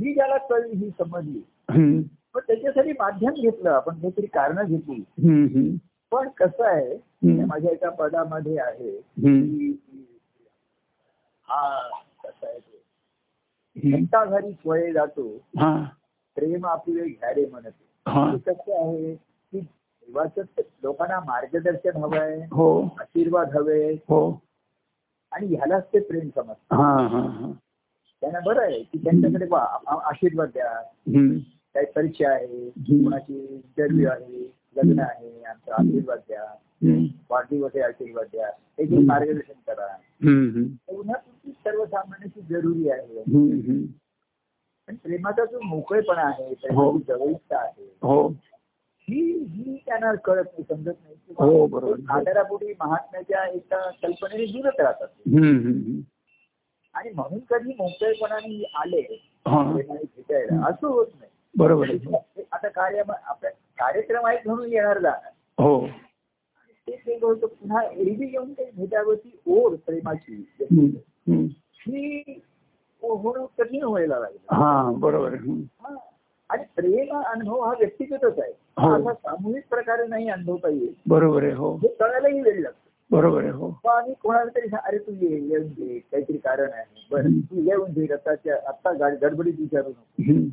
B: ही ज्याला कळली ही समजली
A: हम्म,
B: पण त्याच्यासाठी माध्यम घेतलं आपण काहीतरी कारणं घेतली
A: हम्म, हम्म.
B: पण कसं आहे
A: हम्म.
B: त्या माझ्या एका पदामध्ये आहे
A: हम्म,
B: की हा कसं आहे ते,
A: हम्म.
B: घंटा घरी स्वय जातो
A: हा
B: प्रेम आपले घ्यारे म्हणते
A: हा
B: ते कसं आहे की देवाचं लोकांना मार्गदर्शन हवंय
A: हो
B: आशीर्वाद हवे
A: हो
B: आणि ह्यालाच ते प्रेम समजतात
A: हा हा हा
B: त्यांना बरं आहे की त्यांच्याकडे वा आ- आशीर्वाद द्या
A: हम्म,
B: काही परीक्षा आहे
A: हम्म.
B: कोणाची इंटरव्ह्यू आहे लग्न आहे आमचा आशीर्वाद द्या
A: हम्म,
B: वाढदिवस आहे आशीर्वाद द्या हे जे
A: हम्म.
B: मार्गदर्शन करा
A: हम्म, हम्म.
B: पुन्हा तुमची सर्वसामान्याची जरुरी आहे
A: हम्म, हम्म.
B: पण प्रेमाचा जो मोकळेपणा आहे प्रेमाची जवळीकता आहे
A: हो
B: ही ही त्यांना कळत नाही समजत नाही
A: हो,
B: किंवा
A: बरोबर.
B: आधारापुढे महात्म्याच्या एका कल्पनेने जुळत राहतात
A: हम्म, हम्म.
B: आणि म्हणून कधी मोकळेपणाने आले
A: हा
B: प्रेमाने भेटायला असं होत नाही
A: बरोबर आहे
B: म्हणजे आता कार्य आपल्या कार्यक्रम आहेत म्हणून येणार जाणार
A: हो
B: ते वेगळं होतं पुन्हा एरवी येऊन ते भेटावरती ओढ प्रेमाची
A: हम्म, हम्म.
B: ही होणं कठीण व्हायला लागलं
A: हा बरोबर आहे हम्म.
B: हा. आणि प्रेम हा अनुभव हा व्यक्तिगतच आहे
A: हो.
B: हा असा सामूहिक प्रकारे नाही अनुभवता येईल
A: बरोबर आहे हो
B: हे कळायलाही वेळ लागतो
A: बरोबर आहे हो
B: मग आम्ही कोणाला तरी सांग- अरे तू ये येऊन घे काहीतरी कारण आहे बरं
A: हम्म.
B: तू येऊन घे आत्ताच्या आत्ता गाड- गडबडीत विचारू नको
A: हम्म,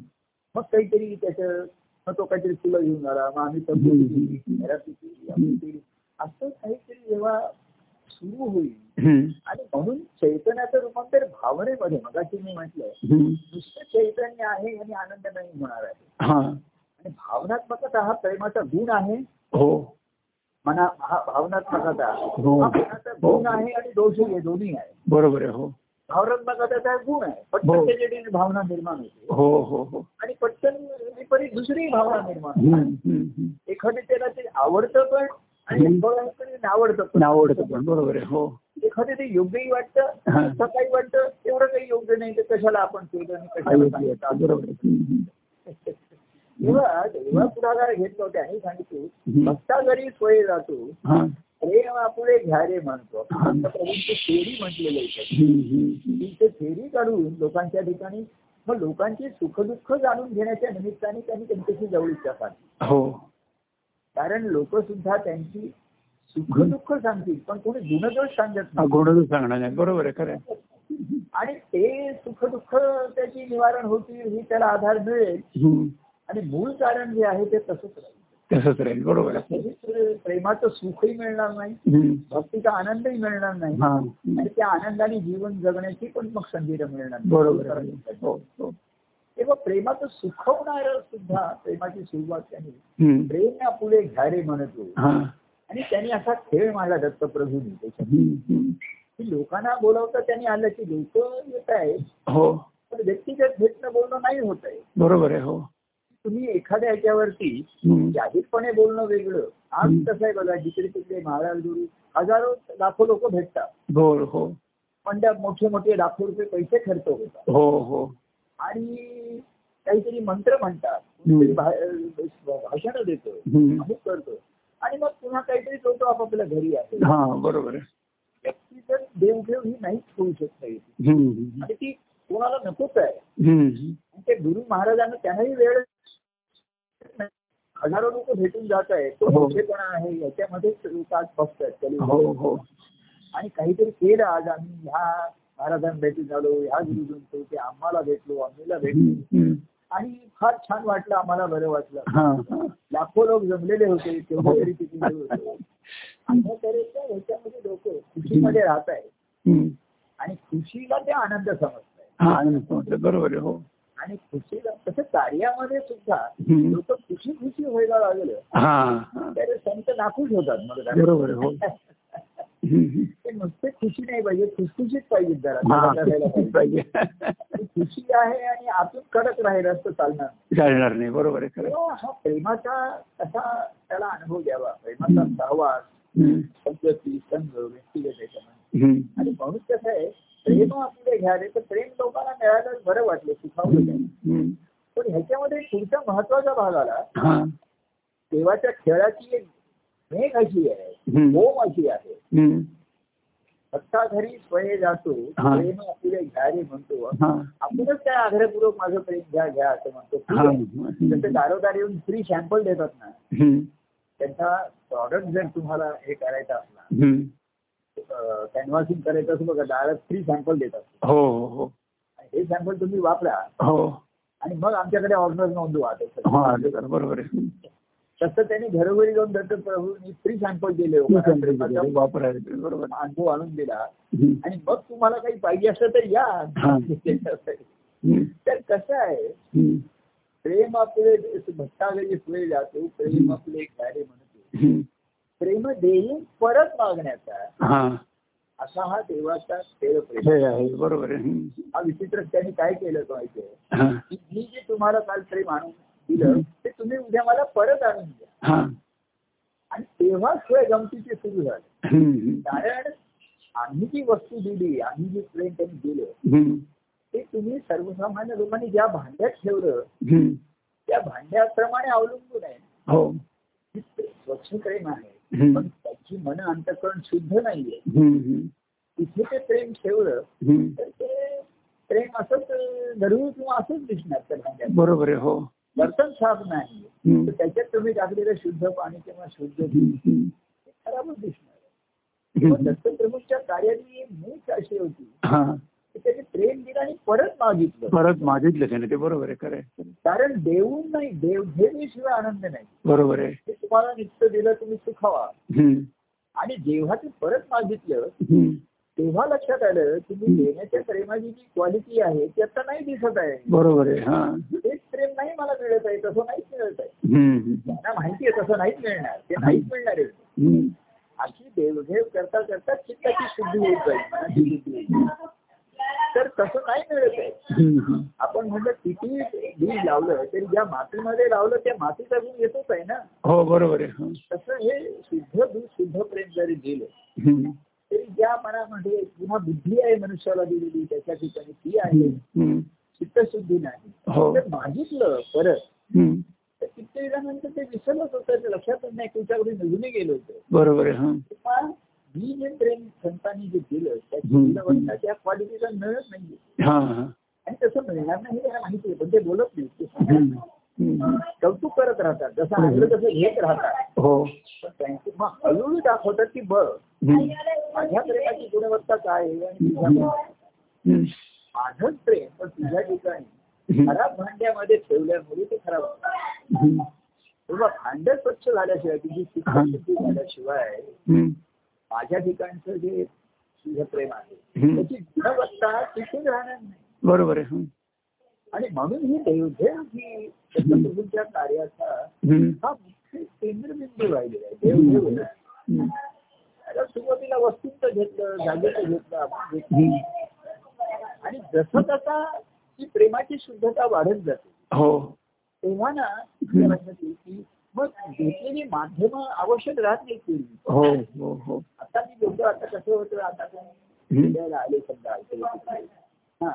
B: मग काहीतरी त्याचं मग तो काहीतरी फुलं घेऊन आला मग आम्ही तंबोरी केली, घरातली केली, आम्ही केली. असं काहीतरी जेव्हा सुरू होईल
A: हम्म,
B: आणि म्हणून चैतन्याचं रूपांतर भावनेमध्ये मगाशी मी म्हटलं
A: हम्म.
B: नुसतं चैतन्य आहे आणि आनंद नाही होणार आहे
A: हा
B: आणि भावनात्मकता हा प्रेमाचा गुण आहे
A: हो
B: मना हा भावनात्मकता
A: हो.
B: हा मनाचा गुण आहे आणि दोष हे दोन्ही आहे
A: बरोबर आहे हो
B: भावनात्मकता हा गुण आहे पटकन
A: हो.
B: त्याच्याकडे भावना निर्माण होते
A: हो हो हो
B: आणि पटकन विपरीत दुसरी भावना निर्माण होते
A: हम्म, हम्म, हम्म.
B: एखादं त्याला ते आवडतं पण आणि
A: हम्म.
B: एखादं ते नावडतं पण
A: आवडतं पण बरोबर आहे हो
B: एखादं ते योग्यही वाटतं
A: हा.
B: असं काही वाटतं एवढं काही योग्य नाही तर कशाला आपण केलं आणि कशाला
A: आवडतं,
B: सांगितलं
A: बरोबर आहे. हम्म,
B: तेव्हा देवा पुढाकार घेतला त्याने सांगितलं
A: हम्म.
B: भक्ता जरी सोय जातो
A: हा.
B: प्रेम आपुले घ्या रे म्हणतो
A: हा.
B: प्रभूंची फेरी म्हटलेलं आहे
A: हम्म, हम्म, हम्म.
B: ते फेरी काढून लोकांच्या ठिकाणी मग लोकांची सुखदुःख जाणून घेण्याच्या निमित्ताने त्यांनी त्यांच्याशी जवळीकता साधली
A: हो
B: कारण लोक सुद्धा त्यांची सुख दुःख सांगतील पण कोणी गुणदोष सांगत
A: हा,
B: नाही
A: गुणच सांगणार नाही बरोबर आहे खरं आहे.
B: आणि ते सुख दुःख त्याची निवारण होतील ही त्याला आधार मिळेल
A: हम्म.
B: आणि मूळ कारण जे आहे ते तसंच राहील
A: तसंच राहील बरोबर आहे
B: कधीच प्रेमाचं सुखही मिळणार नाही
A: हम्म.
B: भक्तीचा आनंदही मिळणार नाही
A: हा
B: आणि त्या आनंदाने जीवन जगण्याची पण मग संधी मिळणार नाही.
A: बरोबर आहे हो हो
B: तेव्हा प्रेमाचं सुखवणार सुद्धा प्रेमाची सुरुवात त्यांनी
A: हम्म.
B: प्रेम या फुले घ्या रे म्हणतो
A: हा.
B: आणि त्यांनी असा खेळ मांडला दत्तप्रभूंनी त्याच्यात
A: हम्म, हम्म.
B: की लोकांना बोलावता त्यांनी आलं की लोक येत आहेत
A: हो
B: पण व्यक्तिगत भेटणं बोलणं नाही होत आहे
A: बरोबर आहे हो
B: तुम्ही एखाद्या ह्याच्यावरती
A: हम्म.
B: जाहीरपणे बोलणं वेगळं आज
A: हम्म.
B: कसं आहे बघा जिकडे तिकडे महाराज गुरु हजारो लाखो लोक भेटतात
A: बोल हो
B: पण त्या मोठे मोठे लाखो रुपये पैसे खर्च होतात
A: हो हो
B: आणि काहीतरी मंत्र म्हणतात
A: हम्म.
B: भाषण देतो
A: हम्म.
B: अमुक करतो आणि मग पुन्हा काहीतरी लोक आपापल्या घरी आहे
A: हा बरोबर आहे
B: व्यक्ती जर देवघेव ही नाहीच होऊ शकत नाही
A: हम्म.
B: आणि ती कोणाला नकोच आहे
A: हम्म.
B: आणि ते गुरु महाराजांना त्यांनाही वेळ हजारो लोक भेटून जात आहेत तो
A: हो.
B: मोठेपणा आहे याच्यामध्येच लोक आज बघत आहेत
A: हो हो
B: आणि काहीतरी केलं आज आम्ही ह्या महाराजांना भेटून झालो ह्या गुरुजींचं ते आम्हाला भेटलो आम्हाला भेटलो
A: हम्म. हम्म.
B: आणि फार छान वाटलं आम्हाला बरं वाटलं
A: हा हा.
B: लाखो लोक जमलेले होते
A: हो.
B: तेवढे तरी किती लोक होते. अशा तऱ्हेच्या ह्याच्यामध्ये लोक खुशीमध्ये राहत आहेत
A: हम्म.
B: आणि खुशीला ते आनंद समजत आहेत
A: हा आनंद समजला. बरोबर आहे हो
B: आणि खुशीला तसं कार्यामध्ये सुद्धा
A: हम्म.
B: लोक खुशी खुशी व्हायला लागलं
A: हा हा.
B: तर संत नाखुश होतात मग जरा.
A: बरोबर आहे हो हम्म.
B: ते नुसते खुशी नाही पाहिजे खुशखुशीत पाहिजे जरा
A: हा.
B: जरा राहायला पाहिजे.
A: पाहिजे.
B: आणि खुशी आहे आणि आतून कडक राहिलं असतं चालणार
A: चालणार नाही बरोबर आहे खरं
B: तेव्हा हा प्रेमाचा कसा त्याला अनुभव द्यावा प्रेमाचा
A: हम्म.
B: सहवास
A: हम्म.
B: संगती संघ व्यक्तिगत याच्यामध्ये
A: हम्म.
B: आणि म्हणून कसं आहे प्रेम आपले घ्यावे तर प्रेम लोकांना मिळायला बरं वाटलं सुखावलं नाही.
A: हम्म.
B: पण ह्याच्यामध्ये पुढचा महत्वाचा भाग आला
A: हा
B: देवाच्या खेळाची एक मेघ अशी आहे
A: हम्म.
B: ओम अशी आहे
A: हम्म.
B: भक्ता घरी स्वय जातो
A: हा.
B: प्रेम आपले घ्या रे म्हणतो
A: हा
B: आपणच काय आग्रहपूर्वक माझं प्रेम घ्या घ्या असं म्हणतो
A: हा
B: तसे दारोदार येऊन फ्री सॅम्पल देतात ना
A: हम्म.
B: त्यांचा प्रॉडक्ट जर तुम्हाला हे करायचा असला
A: हम्म.
B: कॅनव्हासिंग करायचं असं बघा दारात फ्री सॅम्पल देतात
A: हो हो
B: आणि हे सॅम्पल तुम्ही वापरा
A: हो
B: आणि मग आमच्याकडे ऑर्डर नोंदवा त्याचं.
A: हा बरोबर बरोबर आहे
B: तसं त्यांनी घरोघरी जाऊन दत्त प्रभूंनी फ्री सॅम्पल दिले
A: ठीक
B: लोकांना.
A: आहे, ठीक आहे,
B: प्रेमाचा
A: वापरायचं बरोबर आहे.
B: अनुभव आणून दिला
A: हम्म.
B: आणि मग तुम्हाला काही पाहिजे असलं तर
A: हा.
B: या
A: हम्म.
B: तर कसं आहे
A: हम्म.
B: प्रेम आपले भक्तागरी फुले जातो प्रेम आपले कार्य म्हणतो
A: हम्म.
B: प्रेम देऊन परत मागण्याचा
A: हा
B: असा हा देवाचा खेळ प्रेम
A: हे आहे बरोबर आहे हम्म. हाँ,
B: हा विचित्र त्यांनी काय केलं तो माहितीये
A: हा
B: की मी जे तुम्हाला काल प्रेम आणून दिलं ते तुम्ही उद्या मला परत आणून द्या
A: हा
B: आणि तेव्हाच खेळ गमतीचे सुरू झाले
A: हम्म.
B: कारण आम्ही जी वस्तू दिली आम्ही जे प्रेम त्यांनी दिलं
A: हम्म.
B: ते तुम्ही सर्वसामान्य लोकांनी ज्या भांड्यात ठेवलं
A: हम्म.
B: त्या भांड्याप्रमाणे अवलंबून आहे
A: हो
B: हे स्वच्छ प्रेम आहे
A: हम्म.
B: पण त्याची मन अंतकरण शुद्ध नाहीये
A: हम्म. हम्म.
B: तिथे ते प्रेम ठेवलं
A: हम्म.
B: तर ते प्रेम असंच धरून किंवा असंच दिसणार त्या भांड्यात
A: बरोबर आहे हो
B: वर्तन साफ नाही
A: हम्म.
B: तर त्याच्यात तुम्ही टाकलेलं शुद्ध पाणी किंवा शुद्ध दूध
A: हम्म. हम्म.
B: ते खराबच दिसणार
A: हम्म.
B: पण दत्तप्रभूंच्या कार्याची मूच अशी होती
A: हा
B: की त्याने प्रेम दिलं आणि परत मागितलं
A: परत मागितलं त्याने ते बरोबर आहे खरं आहे.
B: कारण देऊन नाही देव घेण्याशिवाय आनंद नाही
A: बरोबर आहे
B: ते तुम्हाला नित्य दिलं तुम्ही सुखावा
A: हम्म.
B: आणि जेव्हा ते परत मागितलं
A: हम्म.
B: तेव्हा लक्षात आलं की मी देण्याच्या प्रेमाची जी क्वालिटी आहे ती आता नाही दिसत आहे
A: बरोबर हाँ, आहे हा
B: तेच प्रेम नाही मला मिळत आहे तसं नाहीच मिळत आहे
A: हम्म.
B: त्यांना माहिती आहे तसं नाहीच मिळणार ते नाहीच मिळणार आहे
A: हम्म.
B: अशी देवघेव करता करता चित्ताची शुद्धी होत जाईल मनाची शुद्धी होत जाईल. तर तसं नाही मिळत आहे
A: हम्म.
B: आपण म्हणलं किती बीज लावलं तरी ज्या मातीमध्ये लावलं त्या मातीत अजून येतच आहे ना
A: हो बरोबर हाँ, आहे हा.
B: तसं हे शुद्ध दूध शुद्ध प्रेम जरी दिलं
A: हम्म.
B: तरी ज्या मनामध्ये पुन्हा बुद्धी आहे मनुष्याला दिलेली त्याच्या ठिकाणी ती आहे
A: हम्म.
B: चित्तशुद्धी नाही
A: हो
B: तर मागितलं परत
A: हम्म.
B: तर कित्येक जणांचं ते विसरलंच होतं ते लक्षातच नाही तुमच्याकडे निघून गेलं होतं
A: बरोबर हाँ, आहे हा
B: तेव्हा मी जे प्रेम संतांनी जे दिलं
A: हम्म.
B: त्याच्या त्या क्वालिटीला मिळत नाहीये
A: हा हा
B: आणि तसं मिळणार नाही हे त्याला माहिती आहे पण ते बोलत नाही ते
A: हम्म.
B: सांगतात.
A: हम्म.
B: कौतुक करत राहतात जसं आणलं तसं घेत राहतात
A: हो
B: पण त्यांची मग हळूहळू दाखवतात की बघ
A: हम्म.
B: माझ्या प्रेमाची गुणवत्ता काय आहे आणि तुझ्या प्रेमाची.
A: हम्म.
B: माझंच प्रेम पण तुझ्या ठिकाणी
A: हम्म.
B: खराब भांड्यामध्ये ठेवल्यामुळे ते खराब होतं
A: हम्म.
B: तेव्हा भांड स्वच्छ झाल्याशिवाय तुझी
A: हा.
B: शुद्धी झाल्याशिवाय
A: हम्म.
B: माझ्या ठिकाणचं जे तुझं प्रेम आहे
A: हम्म.
B: त्याची गुणवत्ता टिकून राहणार नाही
A: बरोबर आहे हम्म.
B: आणि म्हणून ही देवधेव ही दत्तप्रभूंच्या कार्याचा
A: हम्म.
B: हा मुख्य केंद्रबिंदू राहिलेला आहे देवधेव आहे.
A: हम्म.
B: आता सुरुवातीला वस्तूंचं घेतलं जागेचं घेतलं आपण घेतलं.
A: हम्म.
B: आणि जसं तसा ही प्रेमाची शुद्धता वाढत जाते
A: हो
B: तेव्हा ना मला लक्षात येईल की मग घेतलेली माध्यम आवश्यक राहत नाही पूर्वी
A: हो हो हो
B: आता मी बोलतो आता कसं होतं आता काय
A: हम्म.
B: बोलायला आले समजा ऐकले हा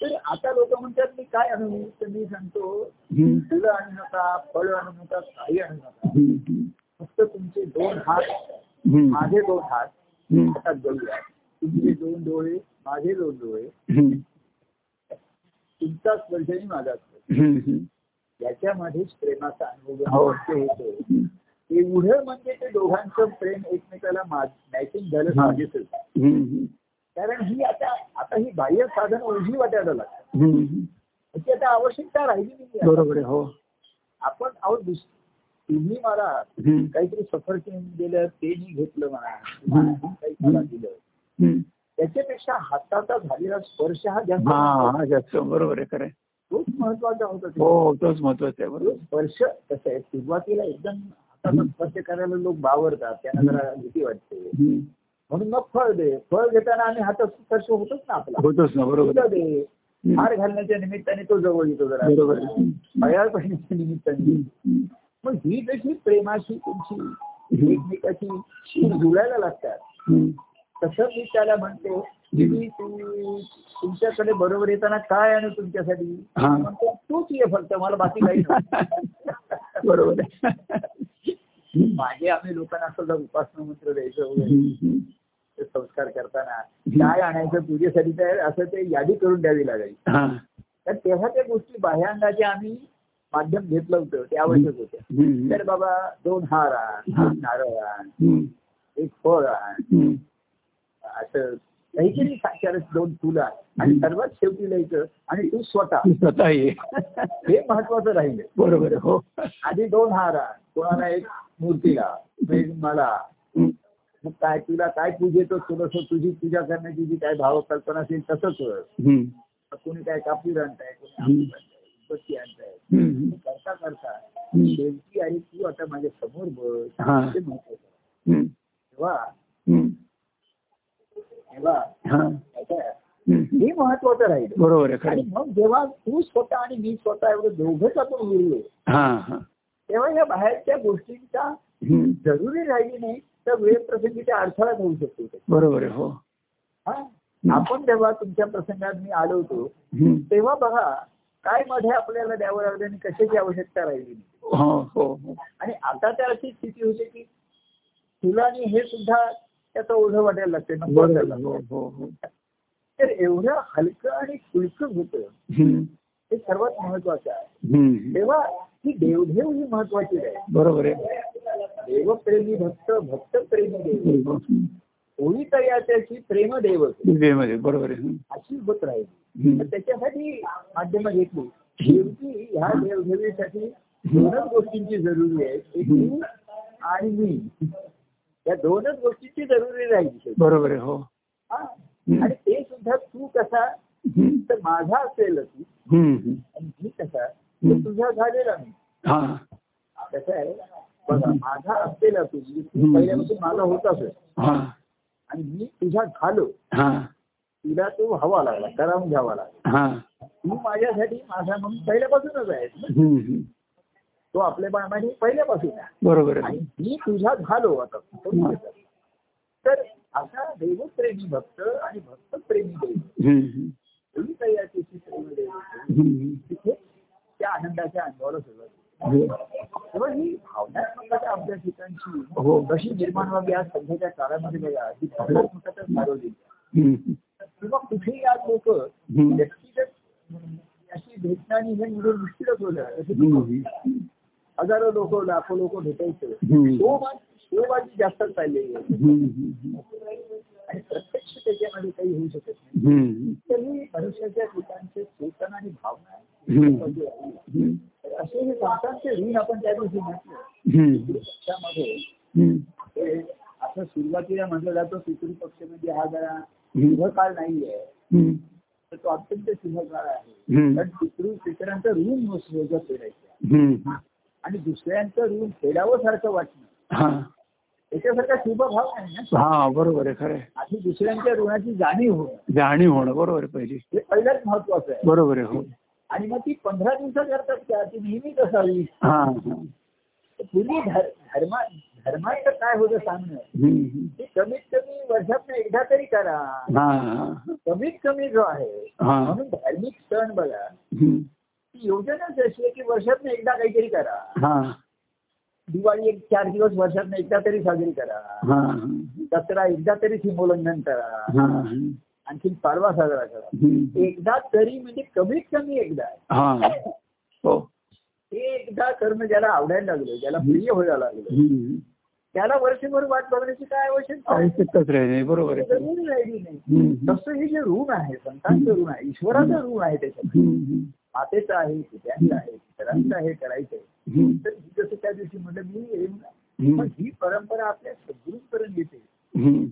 B: तर आता लोक म्हणतात मी काय आणू तर मी सांगतो
A: हम्म.
B: फुलं आणू नका फळ आणू नका काही आणू नका
A: हम्म. हम्म.
B: फक्त तुमचे दोन हात
A: हम्म.
B: माझे दोन हात
A: हम्म.
B: हातात घेऊया तुमचे दोन डोळे माझे दोन डोळे
A: हम्म.
B: तुमचा स्पर्श आणि माझा स्पर्श
A: हम्म. हम्म.
B: याच्यामध्येच प्रेमाचा अनुभव
A: हो.
B: होतो एवढं म्हणजे ते दोघांचं प्रेम एकमेकाला मॅचिंग झालं साजेसच
A: हम्म.
B: कारण ही आता आता ही बाह्य साधन ओझी वाटायला लागतात
A: हम्म.
B: त्याची आता आवश्यकता राहिली नाही आहे.
A: बरोबर आहे हो
B: आपण अहो दुस- तुम्ही मला
A: हम्म.
B: काहीतरी सफरचंद दिलं ते मी घेतलं मला
A: हम्म.
B: काही मला दिलं
A: हम्म.
B: त्याच्यापेक्षा हाताचा झालेला स्पर्श हा
A: हा
B: जास्त
A: हा जास्त बरोबर आहे खरं आहे.
B: तोच महत्वाचा होता
A: हो हो, तोच महत्वाचा आहे
B: तो
A: बरोबर
B: स्पर्श कसं आहे सुरुवातीला एकदम हाताचा स्पर्श करायला लोक बावरतात त्यांना जरा भीती वाटते
A: हम्म.
B: म्हणून मग फळ दे फळ घेताना आम्ही हातात स्पर्श होतोच ना आपला
A: होतोच हो, ना बरोबर
B: फुलं
A: आहे.
B: दे
A: हम्म.
B: हार घालण्याच्या निमित्ताने तो जवळ येतो जरा
A: बरोबर आहे. हम्म.
B: फळ्याळ पाहण्याच्या निमित्ताने
A: हम्म.
B: मग ही जशी प्रेमाशी तुमची एकमेकाशी जुळायला लागतात
A: हम्म.
B: तसं मी त्याला म्हणतो की मी तू- तुमच्याकडे बरोबर येताना काय आणू तुमच्यासाठी
A: हा.
B: म्हणतो, तूच ये फक्त मला बाकी काही नको.
A: बरोबर आहे. हम्म.
B: मागे आम्ही लोकांना असं जर उपासना मंत्र द्यायचं वगैरे
A: हम्म.
B: ते संस्कार करताना काय आणायचं पूजेसाठी तर असं ते यादी करून द्यावी लागायची
A: हा.
B: तर तेव्हा त्या गोष्टी बाह्यांगाचे आम्ही माध्यम घेतलं होतं ते आवश्यक होतं
A: हम्म.
B: तर बाबा दोन हार आण दोन नारळ आण
A: हम्म.
B: एक फळ आण
A: हम्म.
B: असं काहीतरी साक्षात दोन फुलं आण आणि सर्वात शेवटी लिहायचं आणि तू स्वतः
A: तू स्वतः ये
B: हे महत्वाचं राहिलं
A: बरोबर आहे, हो
B: आधी दोन हार आण कोणाला एक मूर्तीला एक मला
A: हम्म.
B: मग काय तुला काय पूजेतो थोडस तुझी पूजा करण्याची जी काय भावकल्पना असेल तसंच होय.
A: हम्म.
B: कोणी काय कापूर आणताय कोणी
A: हम्म.
B: आंबट आणताय, उदबत्ती आणताय
A: हम्म.
B: करता करता
A: हम्म.
B: शेवटी आहे तू आता माझ्या समोर बस
A: हा.
B: ते महत्वाचं आहे.
A: हम्म.
B: तेव्हा
A: हम्म.
B: तेव्हा
A: हा.
B: काय?
A: हम्म.
B: हे महत्वाचं राहिलं
A: बरोबर आहे
B: आणि
A: खरं आहे.
B: मग जेव्हा तू स्वतः आणि मी स्वतः एवढं दोघंच आपण उरलो
A: हा हा
B: तेव्हा या बाहेरच्या गोष्टींचा
A: हम्म.
B: जरुरी राहिली नाही तर वेळ प्रसंगी त्या अडथळा होऊ शकतो ते.
A: बरोबर आहे हो
B: हा? आपण जेव्हा तुमच्या प्रसंगात मी आलो होतो
A: हम्म.
B: तेव्हा बघा काय मध्ये आपल्याला द्यावं लागलं आणि कशाची आवश्यकता राहिली नाही.
A: हो हो हो.
B: आणि आता तर अशी स्थिती होते की फुलांनी हे सुद्धा त्याचं ओझं वाटायला लागते नको
A: बरोबर
B: वाटायला
A: आहे, हो
B: लागते.
A: हो हो
B: तर एवढं हलकं आणि फुलकं होतं
A: हम्म.
B: हे सर्वात महत्वाचं आहे
A: हम्म.
B: तेव्हा ही देवदेव ही महत्वाची आहे
A: बरोबर आहे
B: देवप्रेमी भक्त भक्तप्रेमी देव होळी तर या त्याची प्रेमदेव
A: मध्ये बरोबर आहे हम्म.
B: अशी होत राहिली तर
A: हम्म.
B: त्याच्यासाठी माध्यम घेतली शेवटी ह्या देवघेवीसाठी दोनच गोष्टींची जरुरी आहे एक तू आणि मी या दोनच गोष्टींची जरुरी राहिली शेवटी.
A: बरोबर आहे हो
B: हा. आणि ते सुद्धा तू कसा
A: हम्म.
B: तर माझा असेल तू
A: हम्म. हम्म.
B: आणि मी कसा तर तुझा झालेला मी
A: हा
B: कसं आहे बघा माझा असलेला तू म्हणजे तू पहिल्यापासून माझा होताच आहे.
A: हा
B: आणि मी तुझा झालो
A: हा
B: तुला तो हवा लागला करावून घ्यावा लागला
A: हा
B: तू माझ्यासाठी माझा म्हणून पहिल्यापासूनच आहेस ना
A: हम्म. हम्म.
B: तो आपल्याप्रमाणे पहिल्यापासून आहे
A: बरोबर आहे
B: आणि मी तुझ्या झालो आता तर असा देवप्रेमी भक्त आणि भक्तप्रेमी देव
A: हम्म.
B: कोणी काही अतिशय प्रेम देव
A: हम्म.
B: तिथे त्या आनंदाच्या अनुभवाला सुरुवात होते.
A: हम्म.
B: तेव्हा ही भावनात्मकता आपल्या ठिकाणची
A: हो.
B: कशी निर्माण व्हावी आज सध्याच्या काळामध्ये बघा ही भावनात्मकता सारवली
A: हम्म.
B: किंवा कुठेही आज लोक व्यक्तिगत अं, अशी भेटणारी हे निवडून मुश्किलच होतं अशी
A: हम्म.
B: हजारो लोक लाखो लोक भेटायचे
A: हम्म.
B: शोबाजी जास्त चाललेली आहे
A: हम्म.
B: आणि प्रत्यक्ष त्याच्यामध्ये काही होऊ शकत नाही
A: हम्म.
B: तरी मनुष्याच्या ठिकाणचे चेतन आणि भावना
A: हम्म.
B: म्हणजे आहे.
A: हम्म.
B: तर असे हे संसारचे ऋण आपण त्या दिवशी म्हटलं
A: हम्म.
B: पितृ पक्षामध्ये
A: हम्म.
B: हे असं सुरुवातीला म्हटलं जातो पितृ पक्ष म्हणजे हा जरा
A: हम्म.
B: काळ नाहीये
A: हम्म.
B: तो अत्यंत शुभकार आहे
A: हम्म.
B: पण पितृ पितरांचं ऋण मोजा फेडायचं
A: हम्म.
B: आणि दुसऱ्यांचं ऋण फेडावं सारखं वाटणं
A: हा
B: त्याच्यासारखा शुभ भाव नाही ना
A: हा बरोबर आहे खरं आहे.
B: आधी दुसऱ्यांच्या ऋणाची जाणीव होणं
A: जाणीव होणं बरोबर आहे पहिली
B: हे पहिलंच महत्वाचं आहे
A: बरोबर आहे हो
B: आणि मग ती पंधरा दिवसात करतात का ती नेहमीच असावी
A: हा हा.
B: पूर्वी धर- धर्मा धर्माचं काय होतं सांगणं
A: हम्म.
B: ते कमीत कमी वर्षात एकदा तरी करा
A: हा हा
B: कमीत कमी जो आहे
A: हा.
B: म्हणून धार्मिक सण बघा
A: हम्म.
B: ती योजनाच अशी आहे की वर्षात एकदा काहीतरी करा
A: हा
B: दिवाळी एक चार दिवस वर्षात एकदा तरी साजरी करा
A: हा
B: दसरा एकदा तरी सीमोल्लंघन करा
A: हा
B: आणखी पाडवा साजरा करा
A: हम्म.
B: एकदा तरी म्हणजे कमीत कमी एकदा
A: हा हो
B: ते एकदा कर्म ज्याला आवडायला लागलं ज्याला प्रिय व्हायला लागलं
A: हम्म.
B: त्याला वर्षभर वाट बघण्याची काय आवश्यकता आहे?
A: आवश्यकच नाही बरोबर आहे
B: जरूर राहिली नाही
A: हम्म.
B: तसं हे जे ऋण आहे संतांचं ऋण आहे ईश्वराचं ऋण आहे त्याच्यामध्ये
A: हम्म.
B: मातेचं आहे पित्यांचं आहे पितरांचं आहे करायचं आहे
A: हम्म.
B: तर ही जसं त्या दिवशी म्हटलं मी येईन ना.
A: हम्म.
B: पण ही परंपरा आपल्या सद्गुरूंपर्यंत येते
A: हम्म.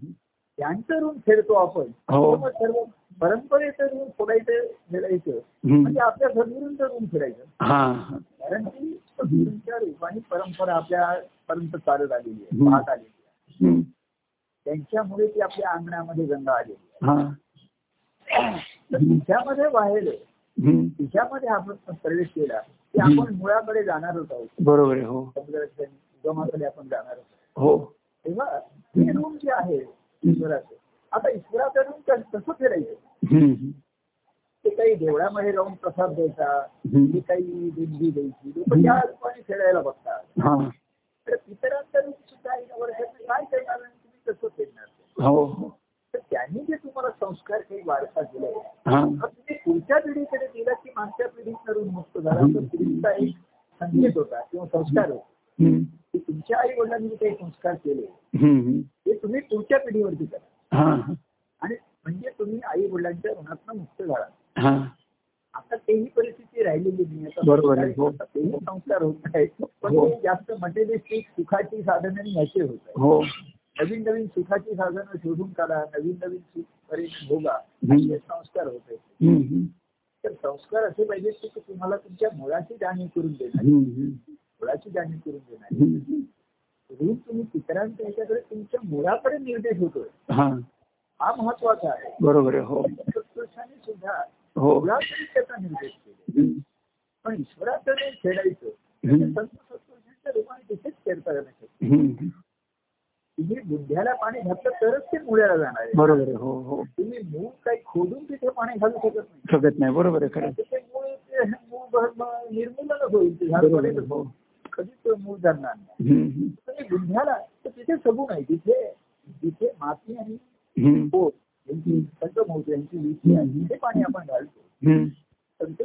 B: त्यांचं ऋण फेडतो आपण
A: हो.
B: तर मग सर्व परंपरेचं ऋण फोडायचं फेडायचं म्हणजे
A: हम्म.
B: आपल्या सद्गुरूंचं ऋण फेडायचं
A: हा हा.
B: कारण की सद्गुरूंच्या रूपाने परंपरा आपल्या पर्यंत चालत आलेली आहे
A: हम्म.
B: पाहत आलेली आहे
A: हम्म.
B: त्यांच्यामुळे ती आपल्या अंगणामध्ये गंगा आलेली आहे.
A: हा
B: तर तिच्यामध्ये बाहेर आहे.
A: हम्म.
B: तिच्यामध्ये आपण प्रवेश केला की आपण मुळाकडे जाणारच आहोत
A: बरोबर आहे हो
B: समुद्राच्या उगमाकडे आपण जाणार आहोत
A: हो
B: तेव्हा हे ऋण जे आहे ईश्वराचं आता ईश्वराचं ऋण कस- कसं फेडायचं
A: हम्म.
B: ते काही देवळामध्ये राहून प्रसाद द्यायचा
A: हम्म.
B: ते काही देणगी द्यायची लोक त्या रूपाने फेडायला बघतात
A: हा
B: तर इतरांचं ऋण सुद्धा एका वर्षात काय करणार आणि तुम्ही कसं फेडणार
A: हो हो
B: तर त्यांनी जे तुम्हाला संस्कार काही वारसा दिलाय
A: हा
B: मग ते पुढच्या पिढीकडे दिला की मागच्या पिढीचं ऋण मुक्त झाला तर पुढचा एक संकेत होता किंवा संस्कार होता
A: हम्म.
B: की तुमच्या आई वडिलांनी जे काही संस्कार केले
A: हम्म.
B: ते तुम्ही पुढच्या पिढीवरती करा
A: हा
B: आणि म्हणजे तुम्ही आई वडिलांच्या ऋणातून मुक्त झाला
A: हा
B: आता तेही परिस्थिती राहिलेली नाही आता
A: बरोबर आहे. हो.
B: आता तेही संस्कार होत आहेत पण
A: हो.
B: ते जास्त मटेरियलिस्टिक सुखाची साधने न्यायचे होत आहे
A: हो
B: नवीन नवीन सुखाची साधनं शोधून काढा नवीन नवीन सुख पर्यंत भोगा
A: हम्म.
B: असे संस्कार होत आहेत
A: हम्म.
B: तर संस्कार असे पाहिजेत की ते तुम्हाला तुमच्या मुळाची जाणीव करून देणार
A: हम्म.
B: मुळाची जाणीव करून देणार
A: हम्म.
B: ऋण तुम्ही पितरांच्या ह्याच्याकडे तुमच्या मुळाकडे निर्देश होतोय
A: हा
B: हा महत्वाचा आहे
A: बरोबर आहे हो
B: सत्पुरुषांनी सुद्धा
A: हो
B: मुळाकडे त्याचा निर्देश केला
A: हम्म.
B: पण ईश्वराचं नाही खेळायचं
A: हम्म.
B: संत सत्पुरुषांच्या रूपाने तिथेच खेळता येणार
A: हम्म.
B: तुम्ही बुंध्याला पाणी घातलं तरच ते मुळ्याला जाणार आहे
A: बरोबर आहे हो हो
B: तुम्ही मूळ काही खोदून तिथे पाणी घालू शकत नाही
A: शकत नाही बरोबर आहे खरं आहे.
B: तर म्हणजे ते मूळ ते मूळ भर- म- निर्मूलनच होईल ते झाड
A: बरोबर आहे
B: पडेलच.
A: हो
B: कधीच ते मूळ धरणार नाही
A: हम्म.
B: तुम्ही बुंध्याला तर तिथे सगून आहे तिथे तिथे माती आणि
A: हम्म.
B: पोट यांची संगमवती यांची विधी आहे तिथे पाणी आपण घालतो
A: हम्म.
B: संत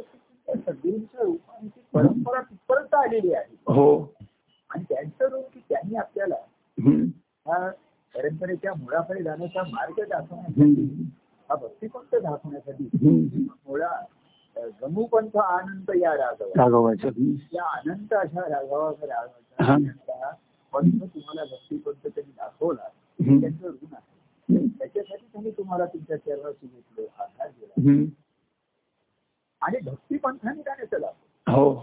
B: सगळींच्या रूपाने ती परंपरा तिथपर्यंत आलेली आहे
A: हो
B: आणि त्यांचं रूप की त्यांनी आपल्याला
A: हम्म.
B: हा परंपरेच्या मुळाकडे जाण्याचा मार्ग दाखवण्यासाठी
A: हम्म.
B: हा भक्तिपंथ दाखवण्यासाठी
A: हम्म.
B: मुळा अ, गमूपंथ आनंद या राघवा
A: राघवाचं हम्म.
B: या अनंत अशा राघवाचा
A: हा.
B: राघवाचा पंथ तुम्हाला भक्तिपंथ त्यांनी दाखवला
A: हम्म.
B: त्यांचं ऋण आहे
A: हम्म.
B: त्याच्यासाठी त्यांनी तुम्हाला तुमच्या चरणाशी घेतलं आधार दिला
A: हम्म.
B: आणि भक्तिपंथाने जाण्याचं दाखवलं
A: हो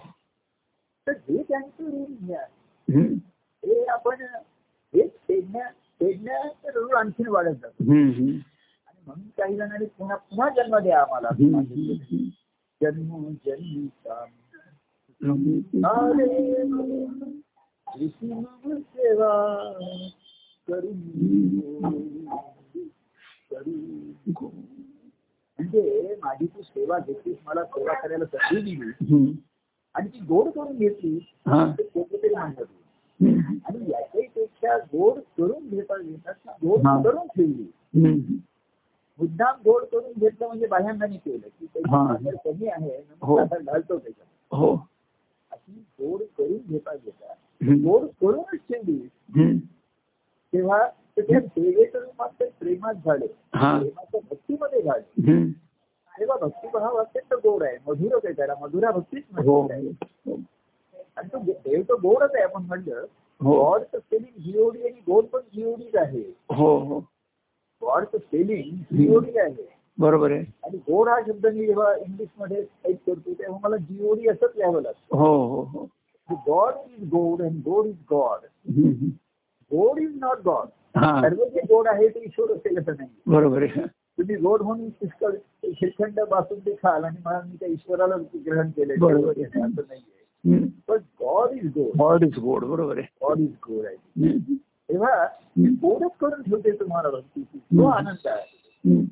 B: तर हे त्यांचं ऋण हे आहे
A: हम्म.
B: हे आपण हे फेडण्या फेडण्याचं ऋण आणखीन वाढत जातो
A: हम्म. हम्म.
B: आणि म्हणून काही जणांनी पुन्हा पुन्हा जन्म द्या आम्हाला
A: हम्म. हम्म.
B: जन्म जन्मी काम हाँ।
A: हम्म.
B: आरे हाँ। कृषी मम सेवा करून करून म्हणजे माझी तू सेवा घेतलीस मला सेवा करायला संधी दिली
A: हम्म.
B: आणि ती गोड करून घेतली
A: हा.
B: तर कोणीतरी म्हणतात
A: हम्म.
B: आणि याच्याही पेक्षा गोड करून घेता घेता ती गोड
A: हा.
B: करून ठेवली
A: हम्म.
B: मुद्दाम गोड करून घेतलं म्हणजे बाह्यांनी केलं की त्याची
A: हा.
B: साखर कमी आहे
A: हो.
B: म्हणून साखर घालतो त्याच्यात
A: हो
B: अशी गोड करून घेता घेता
A: हम्म.
B: गोड करूनच ठेवली
A: हम्म.
B: तेव्हा ते त्या सेवेचं रूपात ते प्रेमात झाले
A: हा.
B: प्रेमाच्या भक्तीमध्ये झाले
A: हम्म.
B: तेव्हा भक्तिभाव अत्यंत गोड आहे मधुरच आहे त्याला मधुरा भक्तीच
A: हो
B: म्हणतात त्याला. आणि तो गो- देव तो गोडच आहे आपण म्हणलं
A: हो.
B: गॉड स्पेलिंग जीओडी आणि गोड पण जीओडीच आहे
A: हो हो
B: गॉड स्पेलिंग जीओडी आहे
A: बरोबर आहे
B: आणि गोड हा शब्द मी जेव्हा इंग्लिशमध्ये टाईप करतो तेव्हा मला जीओडी असंच म्हणजे लिहावं लागतं
A: हो हो हो
B: गॉड इज गोड अँड गोड इज गॉड
A: हम्म, हम्म.
B: गोड इज नॉट गॉड
A: हा
B: सर्व जे गोड आहे ते ईश्वर असेल असं नाही
A: बरोबर आहे
B: तुम्ही गोड म्हणून पुष्कळ श्रीखंड बासून ते खाल आणि म्हणा मी त्या ईश्वराला ग्रहण केले
A: बरोबर.
B: असं नाहीये
A: हम्म.
B: पण गॉड इज गोड
A: गॉड इज गोड बरोबर आहे
B: गॉड इज गोड आहे
A: हम्म,
B: तेव्हा
A: हम्म,
B: गोडच करून ठेवते तुम्हाला भक्तीची जो आनंद आहे
A: हम्म,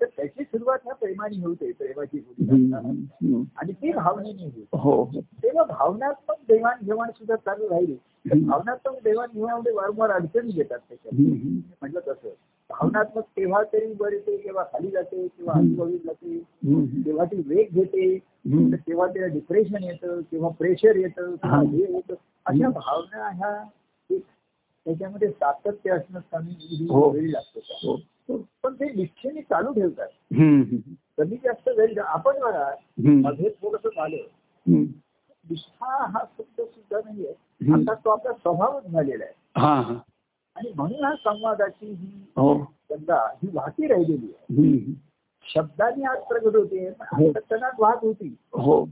B: तर त्याची सुरुवात ह्या प्रेमाने होते प्रेमाची गोडी
A: हम्म,
B: असताना.
A: हम्म.
B: आणि ती भावनेने होते
A: हो हो.
B: तेव्हा भावनात्मक देवाणघेवाण सुद्धा चालू राहिली तर
A: हम्म.
B: भावनात्मक देवाणघेवाणमध्ये वारंवार अडचणी येतात त्याच्यात
A: हम्म, हम्म.
B: म्हटलं तसं भावनात्मक तेव्हा तरी बरे ते केव्हा खाली जाते किंवा अनुभवी जाते
A: हम्म,
B: तेव्हा ती वेग घेते
A: हम्म.
B: तर तेव्हा तिला डिप्रेशन येतं किंवा प्रेशर येतं किंवा
A: हा.
B: हे येतं अशा भावना ह्या एक त्याच्यामध्ये सातत्य असणं कमी
A: हो.
B: वेळ लागतो का?
A: हो, हो.
B: पण ते निश्चयने चालू ठेवतात
A: हम्म, हम्म,
B: कमी जास्त वेळ आपण बघा
A: हम्म,
B: मध्ये थोडस झालं
A: हम्म.
B: निष्ठा हा शब्द सुद्धा नाहीये
A: हम्म.
B: आता तो आपला स्वभावच झालेला आहे
A: हा हा
B: आणि म्हणून हा संवादाची ही
A: हो
B: गंगा ही वाहती राहिलेली आहे
A: हम्म.
B: शब्दाने आज प्रगट होते पण
A: हो.
B: अंतकरणात वाहत होती
A: हो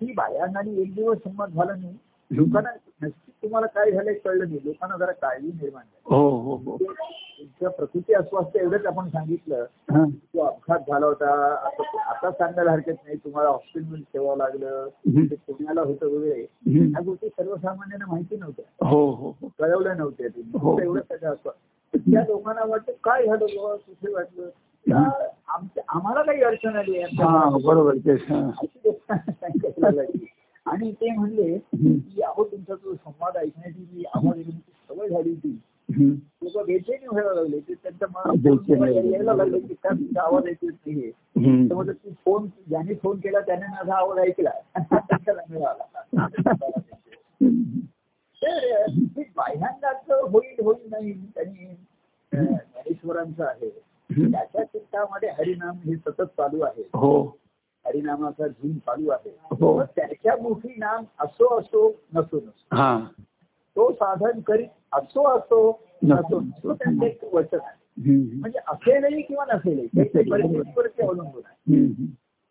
B: ती बायांनी एक दिवस संवाद झाला नाही लोकांना नक्की तुम्हाला काय झालंय कळलं नाही लोकांना जरा काळजी निर्माण झाली
A: हो हो हो
B: ते- तुमच्या प्रकृती अस्वास्थ्य एवढंच आपण सांगितलं
A: हा.
B: तो अपघात झाला होता आता आता सांगायला हरकत नाही तुम्हाला हॉस्पिटलमध्ये ठेवावं लागलं
A: हम्म.
B: ते पुण्याला होतं वगैरे
A: हम्म.
B: ह्या गोष्टी सर्वसामान्यांना माहिती नव्हत्या
A: हो हो हो
B: कळवल्या नव्हत्या तिने
A: हो.
B: फक्त एवढंच त्याचा अस्वाद त्या लोकांना वाटतं काय झालं बाबा कुठे वाटलं का आमच्या आम्हाला काही अडचण आली आहे
A: हा बरोबर तेच हा.
B: अशी गोष्ट सांगायला लागली. आणि ते म्हणले
A: हम्म.
B: की अहो तुमचा जो संवाद ऐकण्याची जी आम्हाला तुमची सवय झाली होती
A: हम्म.
B: लोक बेचैनी व्हायला लागले ते त्यांच्या
A: बेचैनी.
B: मनात यायला लागले की का तुमचा आवाज ऐकत नाहीये तर
A: हम्म.
B: म्हटलं तू फोन ज्याने फोन केला त्याने माझा आवाज ऐकला त्याला मिळाला
A: हम्म.
B: तर हे बाह्यांगाचं होईल होईल नाही त्यांनी अं, ज्ञानेश्वरांचं आहे
A: हम्म.
B: त्याच्या चित्तामध्ये हरिनाम हे सतत चालू आहे
A: हो
B: हरिनामाचा झूम चालू आहे
A: हो.
B: मग त्याच्या मुखी नाम असो असो नसो नसो
A: हा
B: तो साधन करीत असो असो नसो नसो त्यांचं एक वचन आहे
A: हम्म.
B: म्हणजे असेलही किंवा नसेलही ते
A: नसेलही.
B: परिस्थितीवरती अवलंबून आहे
A: हम्म.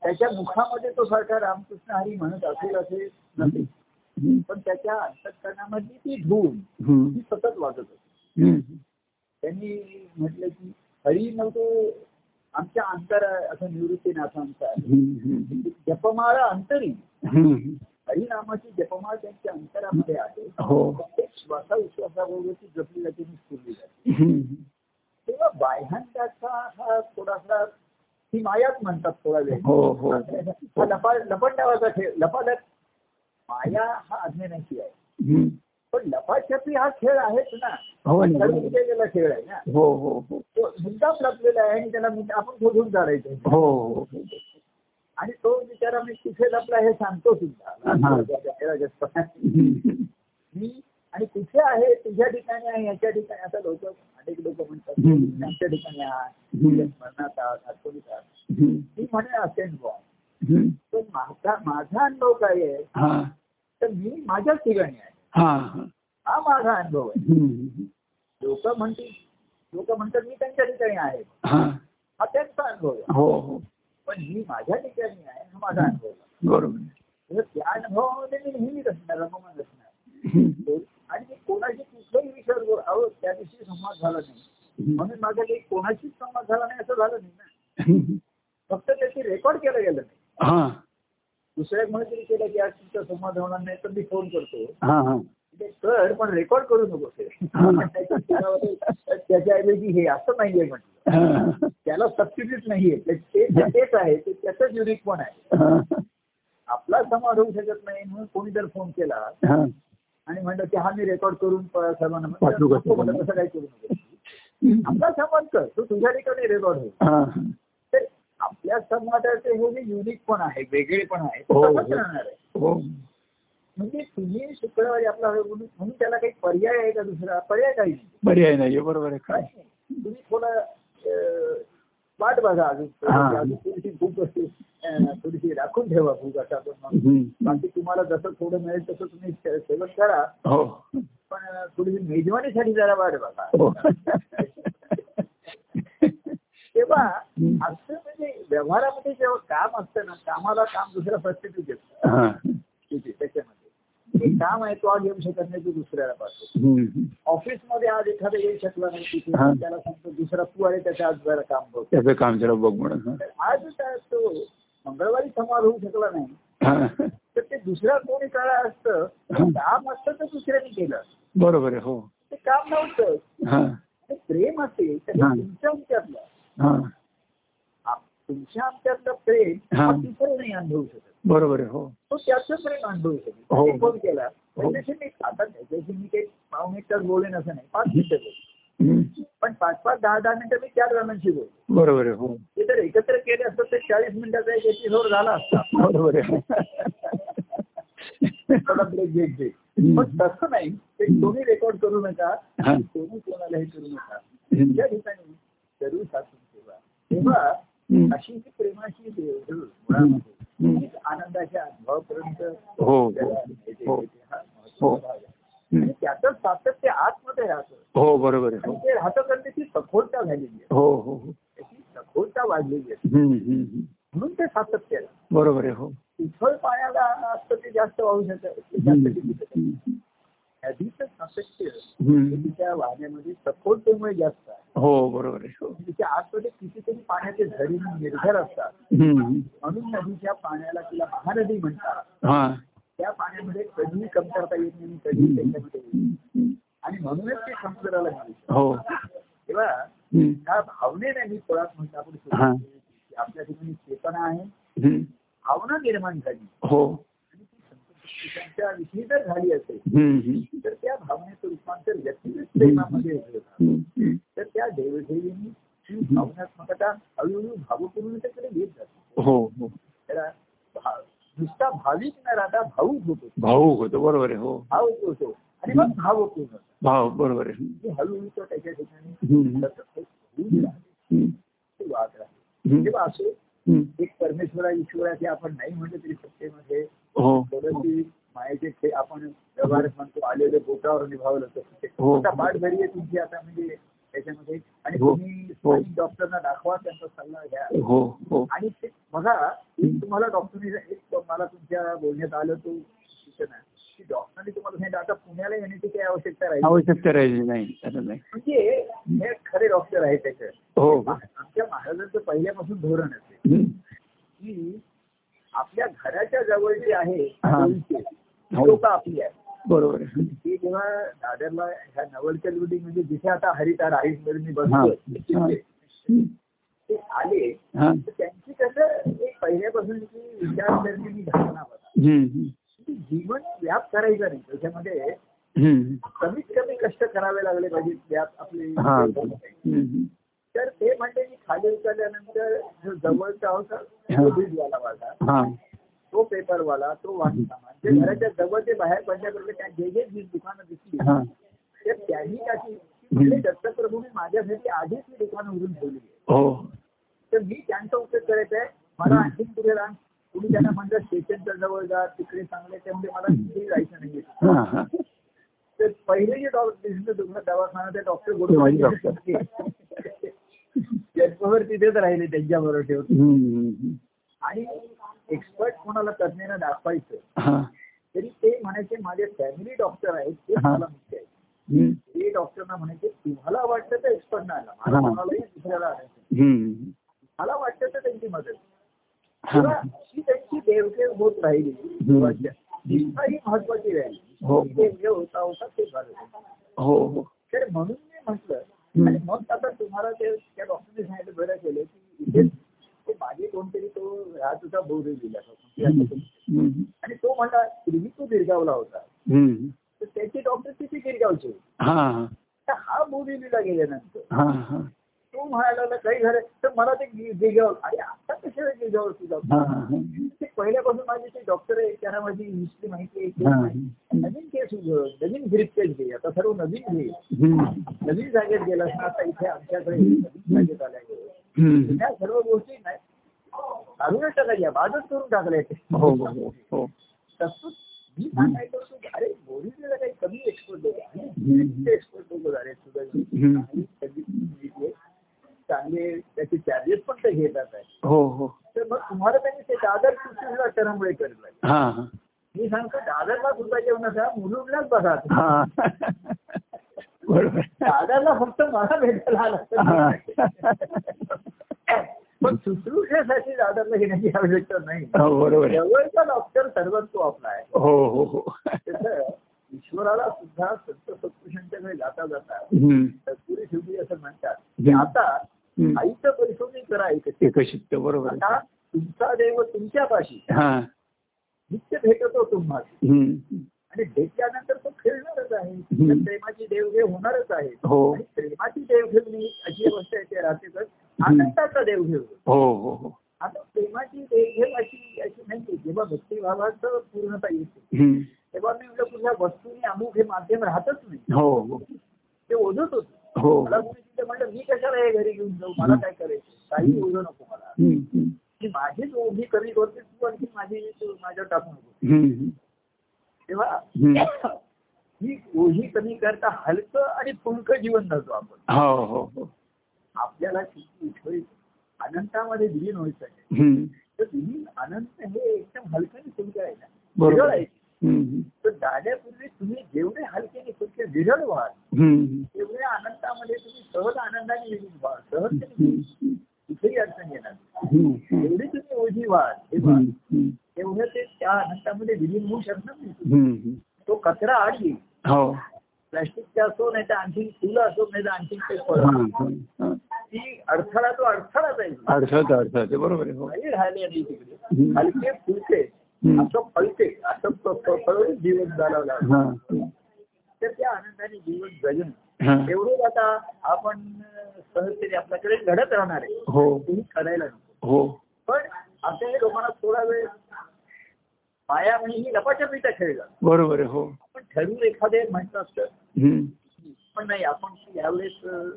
B: त्याच्या मुखामध्ये तो सारखा रामकृष्ण हरी म्हणत असेल असेल नसेल
A: हम्म.
B: पण त्याच्या अंतकरणामधली ती धूम
A: हम्म.
B: ती सतत वाजत होती
A: हम्म.
B: त्यांनी म्हटलं की हरी नव्हते आमच्या अंतर असं निवृत्तीनाथ आमचा आहे.
A: हम्म.
B: जपमाळा अंतरी
A: हम्म.
B: हरिनामाची जपमाळ त्यांच्या अंतरामध्ये आहे
A: हो
B: प्रत्येक श्वासाविश्वासाबरोबर ती जपली जाते आणि स्फुरली जाते
A: हम्म.
B: तेव्हा बाह्यांकाचा हा थोडासा ही मायाच म्हणतात थोडा वेळ
A: हो हो
B: हा लपा लपंडावाचा खेळ लपालप माया हा अज्ञानाची आहे
A: हम्म.
B: पण लपाछपी हा खेळ आहेच ना
A: हो ना,
B: सर्व
A: बरोबर.
B: केलेला खेळ आहे ना
A: हो हो हो
B: तो मुद्दाम लपलेला आहे आणि त्याला मुद्दा- आपण शोधून काढायचं
A: हो हो हो.
B: आणि तो बिचारा मी कुठे लपला हे सांगतो सुद्धा
A: हम्म.
B: मी आणि कुठे आहे तुझ्या ठिकाणी आहे याच्या ठिकाणी आता लोक अनेक लोक म्हणतात
A: हम्म.
B: आमच्या ठिकाणी आहात
A: हम्म.
B: मरणात आहात आठवणीत आहात
A: हम्म.
B: मी म्हणे असेल बुवा
A: हम्म.
B: पण माझा माझा अनुभव काय आहे
A: हा
B: तर मी माझ्याच ठिकाणी आहे
A: हा हा.
B: हा माझा अनुभव आहे
A: हम्म.
B: लोक म्हणतील लोक म्हणतात मी त्यांच्या ठिकाणी आहे
A: हा
B: हा त्यांचा अनुभव आहे
A: हो हो
B: पण मी माझ्या ठिकाणी आहे हा माझा अनुभव आहे
A: बरोबर
B: तर त्या अनुभवामध्ये मी नेहमी असणार रममान असणार
A: हम्म.
B: आणि मी कोणाशी कुठलाही विचार अहो त्या दिवशी संवाद झाला नाही म्हणून माझा काही कोणाशीच संवाद झाला नाही असं झालं नाही ना
A: हम्म.
B: फक्त त्याची रेकॉर्ड केलं गेलं नाही
A: हा
B: दुसऱ्या मुळे तरी केलं की आज तुमचा संवाद होणार नाही तर मी फोन करतो
A: हा हा
B: ते कर पण रेकॉर्ड करू नको ते
A: हा.
B: त्याच्याऐवजी हे असं नाहीये म्हटलं
A: हा.
B: त्याला सबसिडीच नाहीये ते- ते ते- तेच आहे ते त्याचंच युनिक पण आहे
A: हा.
B: आपला संवाद होऊ शकत नाही म्हणून कोणी जर फोन केला
A: हा.
B: आणि म्हणलं की हा मी रेकॉर्ड करून प- सर्वांना
A: पाठवू का
B: नको म्हणलं, तसं काही करू नको आपला संवाद कर तू तुझ्या ठिकाणी रेकॉर्ड होईल
A: हा.
B: तर आपल्या संवादाचे हे जे युनिक पण आहे वेगळे पण आहे
A: हो, हो.
B: तसंच राहणार आहे
A: हो
B: म्हणजे तुम्ही शुक्रवारी आपला वेळ म्हणून म्हणून त्याला काही पर्याय आहे का दुसरा पर्याय काही नाही.
A: पर्याय नाही बरोबर आहे
B: काय
A: काय
B: तुम्ही थोडा अं, वाट बघा अजून म्हणजे
A: हा.
B: अजून थोडीशी भूक असते अं, थोडीशी राखून ठेवा भूक असं आपण म्हणतो.
A: हम्म.
B: बाकी तुम्हाला जसं थोडं मिळेल तसं तुम्ही से- सेवन करा
A: हो
B: पण अं, थोडीशी मेजवानीसाठी जरा वाट बघा
A: हो
B: तेव्हा तेव्हा असं म्हणजे व्यवहारामध्ये जेव्हा काम असतं ना कामाला काम दुसरा सबस्टिट्यूट देतो
A: हा.
B: तिथे त्याच्यामध्ये ते काम आहे तो आज येऊ शकत नाही तो दुसऱ्याला पाहतो
A: हम्म.
B: ऑफिसमध्ये आज एखादा येऊ शकला नाही तिथे
A: हा.
B: त्याला सांगतो दुसरा तू आणि त्याच्या आज जरा काम बघतो
A: त्याचं काम जरा बघ म्हणून हा.
B: तर आज काय तो मंगळवारी समारोह होऊ शकला नाही
A: हा.
B: तर ते दुसरा कोणी काळ असतं काम असतं तर दुसऱ्याने केलं असतं.
A: बरोबर आहे हो
B: ते काम नव्हतं
A: हा
B: ते प्रेम असेल तर
A: हा.
B: हे तुमच्या आमच्यातलं
A: हा
B: आप- तुमच्या आमच्यातलं प्रेम
A: हा.
B: हा दुसरं नाही अनुभवू शकत
A: बरोबर आहे हो
B: तो त्याचं प्रेम अनुभवू
A: हो.
B: शकतो फोन केला
A: हो.
B: त्याच्याशी मी आता त्याच्याशी मी काही पाहुणे तास बोलेन असं नाही पाच मिनिटं बोलेन
A: हम्म.
B: पण पाच पाच दहा दहा मिनिटं मी चार जणांशी बोलतो
A: बरोबर आहे हो
B: ते जर एकत्र केले असतं तर चाळीस मिनिटाचा एक एपिसोड झाला असता
A: बरोबर आहे
B: थोडा ब्रेक ब्रेक ब्रेक
A: हम्म.
B: पण तसं नाही ते
A: हम्म.
B: कोणी रेकॉर्ड करू नका
A: हा.
B: कोणी कोणाला हे करू नका
A: हम्म.
B: ज्या ठिकाणी जरूर सासून सेवा तेव्हा
A: हम्म.
B: अशी जी प्रेमाची देवघर
A: हम्म.
B: मुळामध्ये
A: हम्म.
B: तीच आनंदाच्या अनुभवापर्यंत
A: हो हो
B: त्याला हे जे-
A: हो.
B: हे जे हा महत्त्वाचा भाग आहे. आणि
A: हम्म.
B: त्याचं सातत्य आतमध्ये राहतं
A: हो बरोबर आहे
B: आणि
A: हो
B: ते राहतं कारण त्याची सखोलता झालेली आहे
A: हो हो हो.
B: त्याची सखोलता वाढलेली आहे
A: हम्म, हम्म, हम्म.
B: म्हणून ते सातत्य आहे.
A: बरोबर आहे हो
B: उथळ पाण्याला असतं ते जास्त वाहू शकतं ते जास्त टिकू शकत नाही.
A: हम्म.
B: नदीचं सातत्य हे
A: हम्म.
B: तिच्या वाहण्यामध्ये सखोलतेमुळे जास्त आहे
A: हो बरोबर आहे हो
B: तिच्या आतमध्ये कितीतरी पाण्याचे झरी निर्भर असतात
A: हम्म.
B: म्हणून नदीच्या पाण्याला तिला महानदी म्हणतात
A: हा
B: त्या पाण्यामध्ये कधीही कमतरता येत नाही कधीही त्याच्यामध्ये येत नाही.
A: हम्म.
B: आणि म्हणूनच ते समुद्राला मिळू शकतं.
A: हो
B: तेव्हा
A: हम्म.
B: त्या भावनेने मी पोळात म्हणतो आपण
A: हा.
B: सुरुवात केली की आपल्या ठिकाणी चेतना आहे
A: हम्म.
B: भावना निर्माण झाली
A: हो
B: आणि ती संतोषाच्या विषयी जर झाली असेल
A: हम्म, हम्म.
B: तर त्या भावनेचं रूपांतर व्यक्तिगत प्रेमामध्ये होतं.
A: हम्म, हम्म.
B: तर त्या देवदेवींनी ही भावनात्मकता हळूहळू भावपूर्णतेकडे घेत जाते
A: हो हो
B: त्याला भा- नुसता भाविक न राहता भाऊक होतो
A: भाऊ होतो बरोबर आहे हो
B: भावक होतो आणि मग
A: हम्म.
B: भावपूर्ण
A: भाव बरोबर आहे हम्म.
B: म्हणजे हळूहळू तो त्याच्या ठिकाणी
A: हम्म.
B: सतत एक होऊन राहते,
A: हम्म.
B: ते वाहत राहते
A: हम्म.
B: तेव्हा असे
A: हम्म.
B: एक परमेश्वरा ईश्वराचे आपण नाही म्हणलं तरी सत्तेमध्ये
A: हो
B: थोडीशी मायेचे खे- आपण व्यवहार म्हणतो आलेले बोटावर निभावलं तसं ते.
A: हो.
B: आता पाठ घरी आहे तुमची आता म्हणजे त्याच्यामध्ये आणि
A: हो.
B: तुम्ही
A: हो.
B: स्थानिक डॉक्टरना दाखवा त्यांचा सल्ला घ्या
A: हो हो
B: आणि ते बघा एक तुम्हाला डॉक्टरने एक मला तुमच्या बोलण्यात आलं तो सूचना की डॉक्टरने तुम्हाला सांगितलं आता पुण्याला येण्याची काही आवश्यकता राहील
A: आवश्यकता राहिली नाही आता नाही
B: म्हणजे हे खरे डॉक्टर आहेत त्याचे
A: हो हो.
B: आमच्या महाराजांचं पहिल्यापासून धोरण असेल
A: हम्म.
B: की आपल्या घराच्या जवळ जे आहे
A: हा. हो.
B: लोक आपली आहे
A: बरोबर आहे हम्म.
B: ती जेव्हा दादरला ह्या नवलकर बिल्डिंग म्हणजे जिथे आता हरिता राईसवर मी
A: हा.
B: बसलो
A: हा.
B: तिथे
A: हम्म.
B: ते आले
A: हा.
B: तर त्यांची कसं एक पहिल्यापासून जी विचारसरणीची धारणा होता
A: हम्म, हम्म.
B: की जीवन व्याप करायचा नाही त्याच्यामध्ये
A: हम्म.
B: कमीत कमी कष्ट करावे लागले पाहिजे व्याप आपले
A: हा हम्म.
B: तर ते म्हणजे मी खाली उतरल्यानंतर जो जवळचा होता तो बीजवाला वाला
A: हा
B: तो पेपरवाला तो वाचता म्हणजे घराच्या जवळ ते बाहेर पडल्याबरोबर त्या जे जे जी दुकानं दिसली
A: हा
B: तर त्यांनी कशी म्हणजे दत्तप्रभूने माझ्यासाठी आधीच ही दुकानं उघडून ठेवली आहेत.
A: हो
B: तर मी त्यांचा उपयोग करायचा आहे मला आणखी पुढे राहून तुम्ही त्यांना म्हणलं स्टेशनच्या जवळ जा तिकडे चांगले त्यामुळे मला तिथे जायचं नाहीये
A: हा हा
B: तर पहिले जे डॉक्टर दिसले तुम्हाला दवाखाना ते डॉक्टर
A: ते माझे डॉक्टर.
B: जन्मभर तिथेच राहिले त्यांच्याबरोबर ठेवून
A: हम्म, हम्म.
B: आणि एक्सपर्ट कोणाला तज्ञांना दाखवायचं
A: हा
B: तरी ते म्हणायचे माझे फॅमिली डॉक्टर आहेत ते
A: हा.
B: मला मुख्य आहे
A: हम्म.
B: ते डॉक्टरना म्हणायचे तुम्हाला वाटतं तर एक्सपर्टना आला
A: हा.
B: मला कोणालाही दुसऱ्याला आणायचं नाही.
A: हम्म.
B: मला वाटतं तर त्यांची मदत
A: हा
B: तेव्हा ही त्यांची देवघेव होत राहिली निष्ठा ही महत्वाची
A: हो.
B: राहिली देवघेव होता होता ते झालं
A: हो हो
B: तर म्हणून मी म्हटलं
A: हम्म.
B: आणि मग आता तुम्हाला ते त्या डॉक्टरने सांगितलं बरं केलं की इथे ते मागे कोणतरी तो राहत होता बोरी दिला
A: हम्म. हम्म.
B: आणि तो म्हणला पूर्वी तो गिरगावला होता
A: हम्म.
B: तर त्याचे डॉक्टर तिथे गिरगावचे होते.
A: हा
B: तर हा बोरीला गेल्यानंतर
A: हा हा
B: तो म्हणायला लागला, काही झालं तर मला ते गि- गिरगाव अरे आता कशाला गिरगाव तुझा
A: हा हा
B: ते पहिल्यापासून माझे ते डॉक्टर आहे त्यांना माझी हिस्ट्री माहिती
A: हा.
B: आहे नवीन केस उघड नवीन ग्रिप्टेज घे आता सर्व नवीन घे
A: हम्म.
B: नवीन जागेत गेला असता आता इथे आमच्याकडे नवीन जागेत आल्या गेलं.
A: हम्म.
B: या सर्व गोष्टी नाही काढूनच टाकायच्या बाजूच करून टाकल्या ते.
A: हो हो हो हो
B: तसंच मी सांगायचो होतो की अरे बोरीला काही कमी एक्सपोर्ट होते
A: हम्म.
B: एक्सपोर्ट लोक झाले सुद्धा
A: हम्म.
B: आणि सगळी मुली आहेत. चांगले त्याचे चार्जेस पण ते घेतात आहे
A: हो हो
B: तर मग तुम्हाला त्यांनी ते दादर कृष्णला करमळे करायला
A: हा हा.
B: मी सांगतो दादरला सुद्धा जेवण असा मुलुंडलाच बघा तुम्ही.
A: हा बरोबर
B: दादरला फक्त मला भेटायला आला
A: हा.
B: तर. पण शुश्रूषेसाठी दादरला घेण्याची आवश्यकता नाही
A: हो बरोबर आहे.
B: जवळचा डॉक्टर सर्वात तो आपला आहे
A: हो हो हो
B: तसं ईश्वराला सुद्धा संत सत्पुरुषांच्याकडे जाता जाता
A: हम्म.
B: सत्पुरुष शेवटी असं म्हणतात की
A: हम्म.
B: आता
A: हम्म.
B: आईचं परिश्रमी करा ऐकते
A: एकशित्त बरोबर आहे.
B: आता तुमचा देव तुमच्यापाशी
A: हा
B: नित्य भेटतो तुम्हाला
A: हम्म.
B: आणि भेटल्यानंतर तो खेळणारच आहे
A: हम्म.
B: तर प्रेमाची देवघेव होणारच आहे
A: हो.
B: आणि प्रेमाची देवघेव नाही अशी अवस्था येते रात्रीतच
A: हम्म.
B: आनंदाचा देवघेव
A: हो हो हो
B: आता प्रेमाची देवघेव अशी अशी नाही जेव्हा भक्तिभावाचं पूर्णता येते
A: हम्म.
B: तेव्हा मी म्हटलं पुन्हा वस्तूने अमुक हे माध्यम राहतच नाही
A: हो हो
B: ते ओझत होतं
A: हो
B: मला कोणी तिथे म्हटलं मी कशाला हे घरी घेऊन जाऊ मला काय करायचं काही ओझं नको मला
A: हम्म. हम्म.
B: की माझीच ओझी कमी करते तू आणखी माझी तू माझ्यावर टाकू नको
A: हम्म.
B: तेव्हा
A: हम्म.
B: ही ओझी कमी करता हलकं आणि फुलकं जीवन जातो आपण
A: हो हो हो
B: आपल्याला किती होईल अनंतामध्ये विलीन व्हायचं आहे
A: हम्म.
B: तर विलीन अनंत हे एकदम हलक्याने फुलकं आहे ना विरळ
A: बरोबर
B: आहे
A: आहे. हम्म.
B: तर जाण्यापूर्वी तुम्ही जेवढे हलक्याने फुलके विरळ व्हाल
A: हम्म.
B: तेवढ्या आनंदामध्ये तुम्ही सहज आनंदाने विलीन व्हाल सहजतेने
A: हम्म. हम्म.
B: कुठेही अडचण येणार नाही.
A: हम्म. हम्म.
B: जेवढी तुम्ही ओझी व्हाल तेव्हा
A: हम्म. हम्म.
B: तेवढं ते त्या आनंदामध्ये विलीन होऊ शकणार नाही
A: हम्म.
B: तो कचरा आड येईल
A: हो
B: प्लॅस्टिकचा असो नाही तर आणखी फुलं असो नाही तर आणखी ते फळं
A: हा, हा, हा.
B: ती अडथळा तो अडथळाच आहे
A: अडथळा अडथळा ते बरोबर आहे हो
B: काही राहिले नाही तिकडे
A: हम्म.
B: हलके फुलके
A: हम्म.
B: असं फळते असं फ- फ- फळून जीवन घालवलं आहे.
A: हा
B: तर त्या आनंदाने जीवन जगून
A: हा.
B: एवढं आता आपण अं, सहजतेने आपल्याकडे घडत राहणार आहे
A: हो
B: तुम्ही करायला नको
A: हो
B: पण आता हे लोकांना थोडा वेळ पाया म्हणजे ही लपाच्या खेळला
A: बरोबर आहे हो
B: आपण ठरवून एखादे म्हटलं असतं
A: हम्म.
B: पण नाही आपण यावेळेस अं,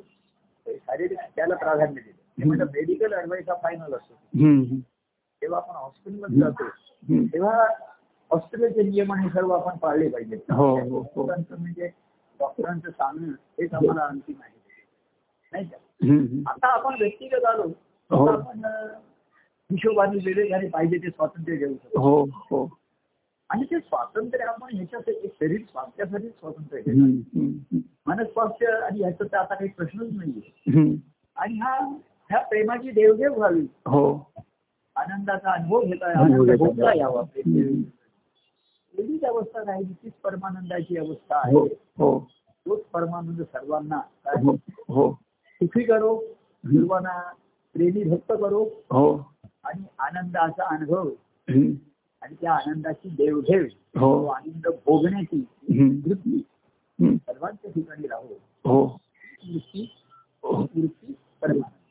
B: शारीरिक त्याला प्राधान्य दिलं
A: हम्म.
B: म्हणजे मेडिकल अडवाईस हा फायनल असतो
A: हम्म.
B: जेव्हा आपण हॉस्पिटलमध्ये जातो
A: हम्म.
B: तेव्हा हॉस्पिटलचे नियम आणि सर्व आपण पाळले पाहिजे
A: हो, हो, हो.
B: म्हणजे डॉक्टरांचं सांगणं हेच आम्हाला अंतिम आहे नाही का
A: हम्म.
B: आता आपण व्यक्तिगत आलो
A: हो.
B: तर आपण अं, हिशोबाने वेगवेगळे पाहिजे ते स्वातंत्र्य घेऊ शकतो
A: हो हो
B: आणि ते स्वातंत्र्य आपण ह्याच्यासाठी शरीर स्वास्थ्यासाठी स्वातंत्र्य घेऊ
A: हम्म. हम्म.
B: मनस्वास्थ्य आणि ह्याचा तर आता काही प्रश्नच नाहीये
A: हम्म.
B: आणि हा ह्या प्रेमाची देवघेव व्हावी
A: हो
B: आनंदाचा अनुभव घेता
A: अनुभव
B: आनंद
A: घेता
B: भोगता
A: यावा.
B: यावा
A: हम्म.
B: एवढीच अवस्था राहिली तीच परमानंदाची अवस्था
A: हो
B: आहे
A: हो
B: तोच परमानंद सर्वांना काय?
A: हो हो
B: सुखी करो सर्वांना प्रेमी भक्त करो
A: हो
B: आणि आनंदाचा अनुभव
A: हम्म.
B: आणि त्या आनंदाची देवघेव
A: हो.
B: तो आनंद भोगण्याची
A: हम्म.
B: वृत्ती
A: हम्म.
B: सर्वांच्या ठिकाणी राहो
A: हो
B: वृत्ती
A: हो.
B: वृत्ती परमानंद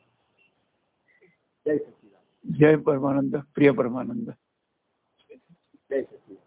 B: जय सच्चिदानंद
A: जय परमानंद प्रिय परमानंद
B: जय सच्चिदानंद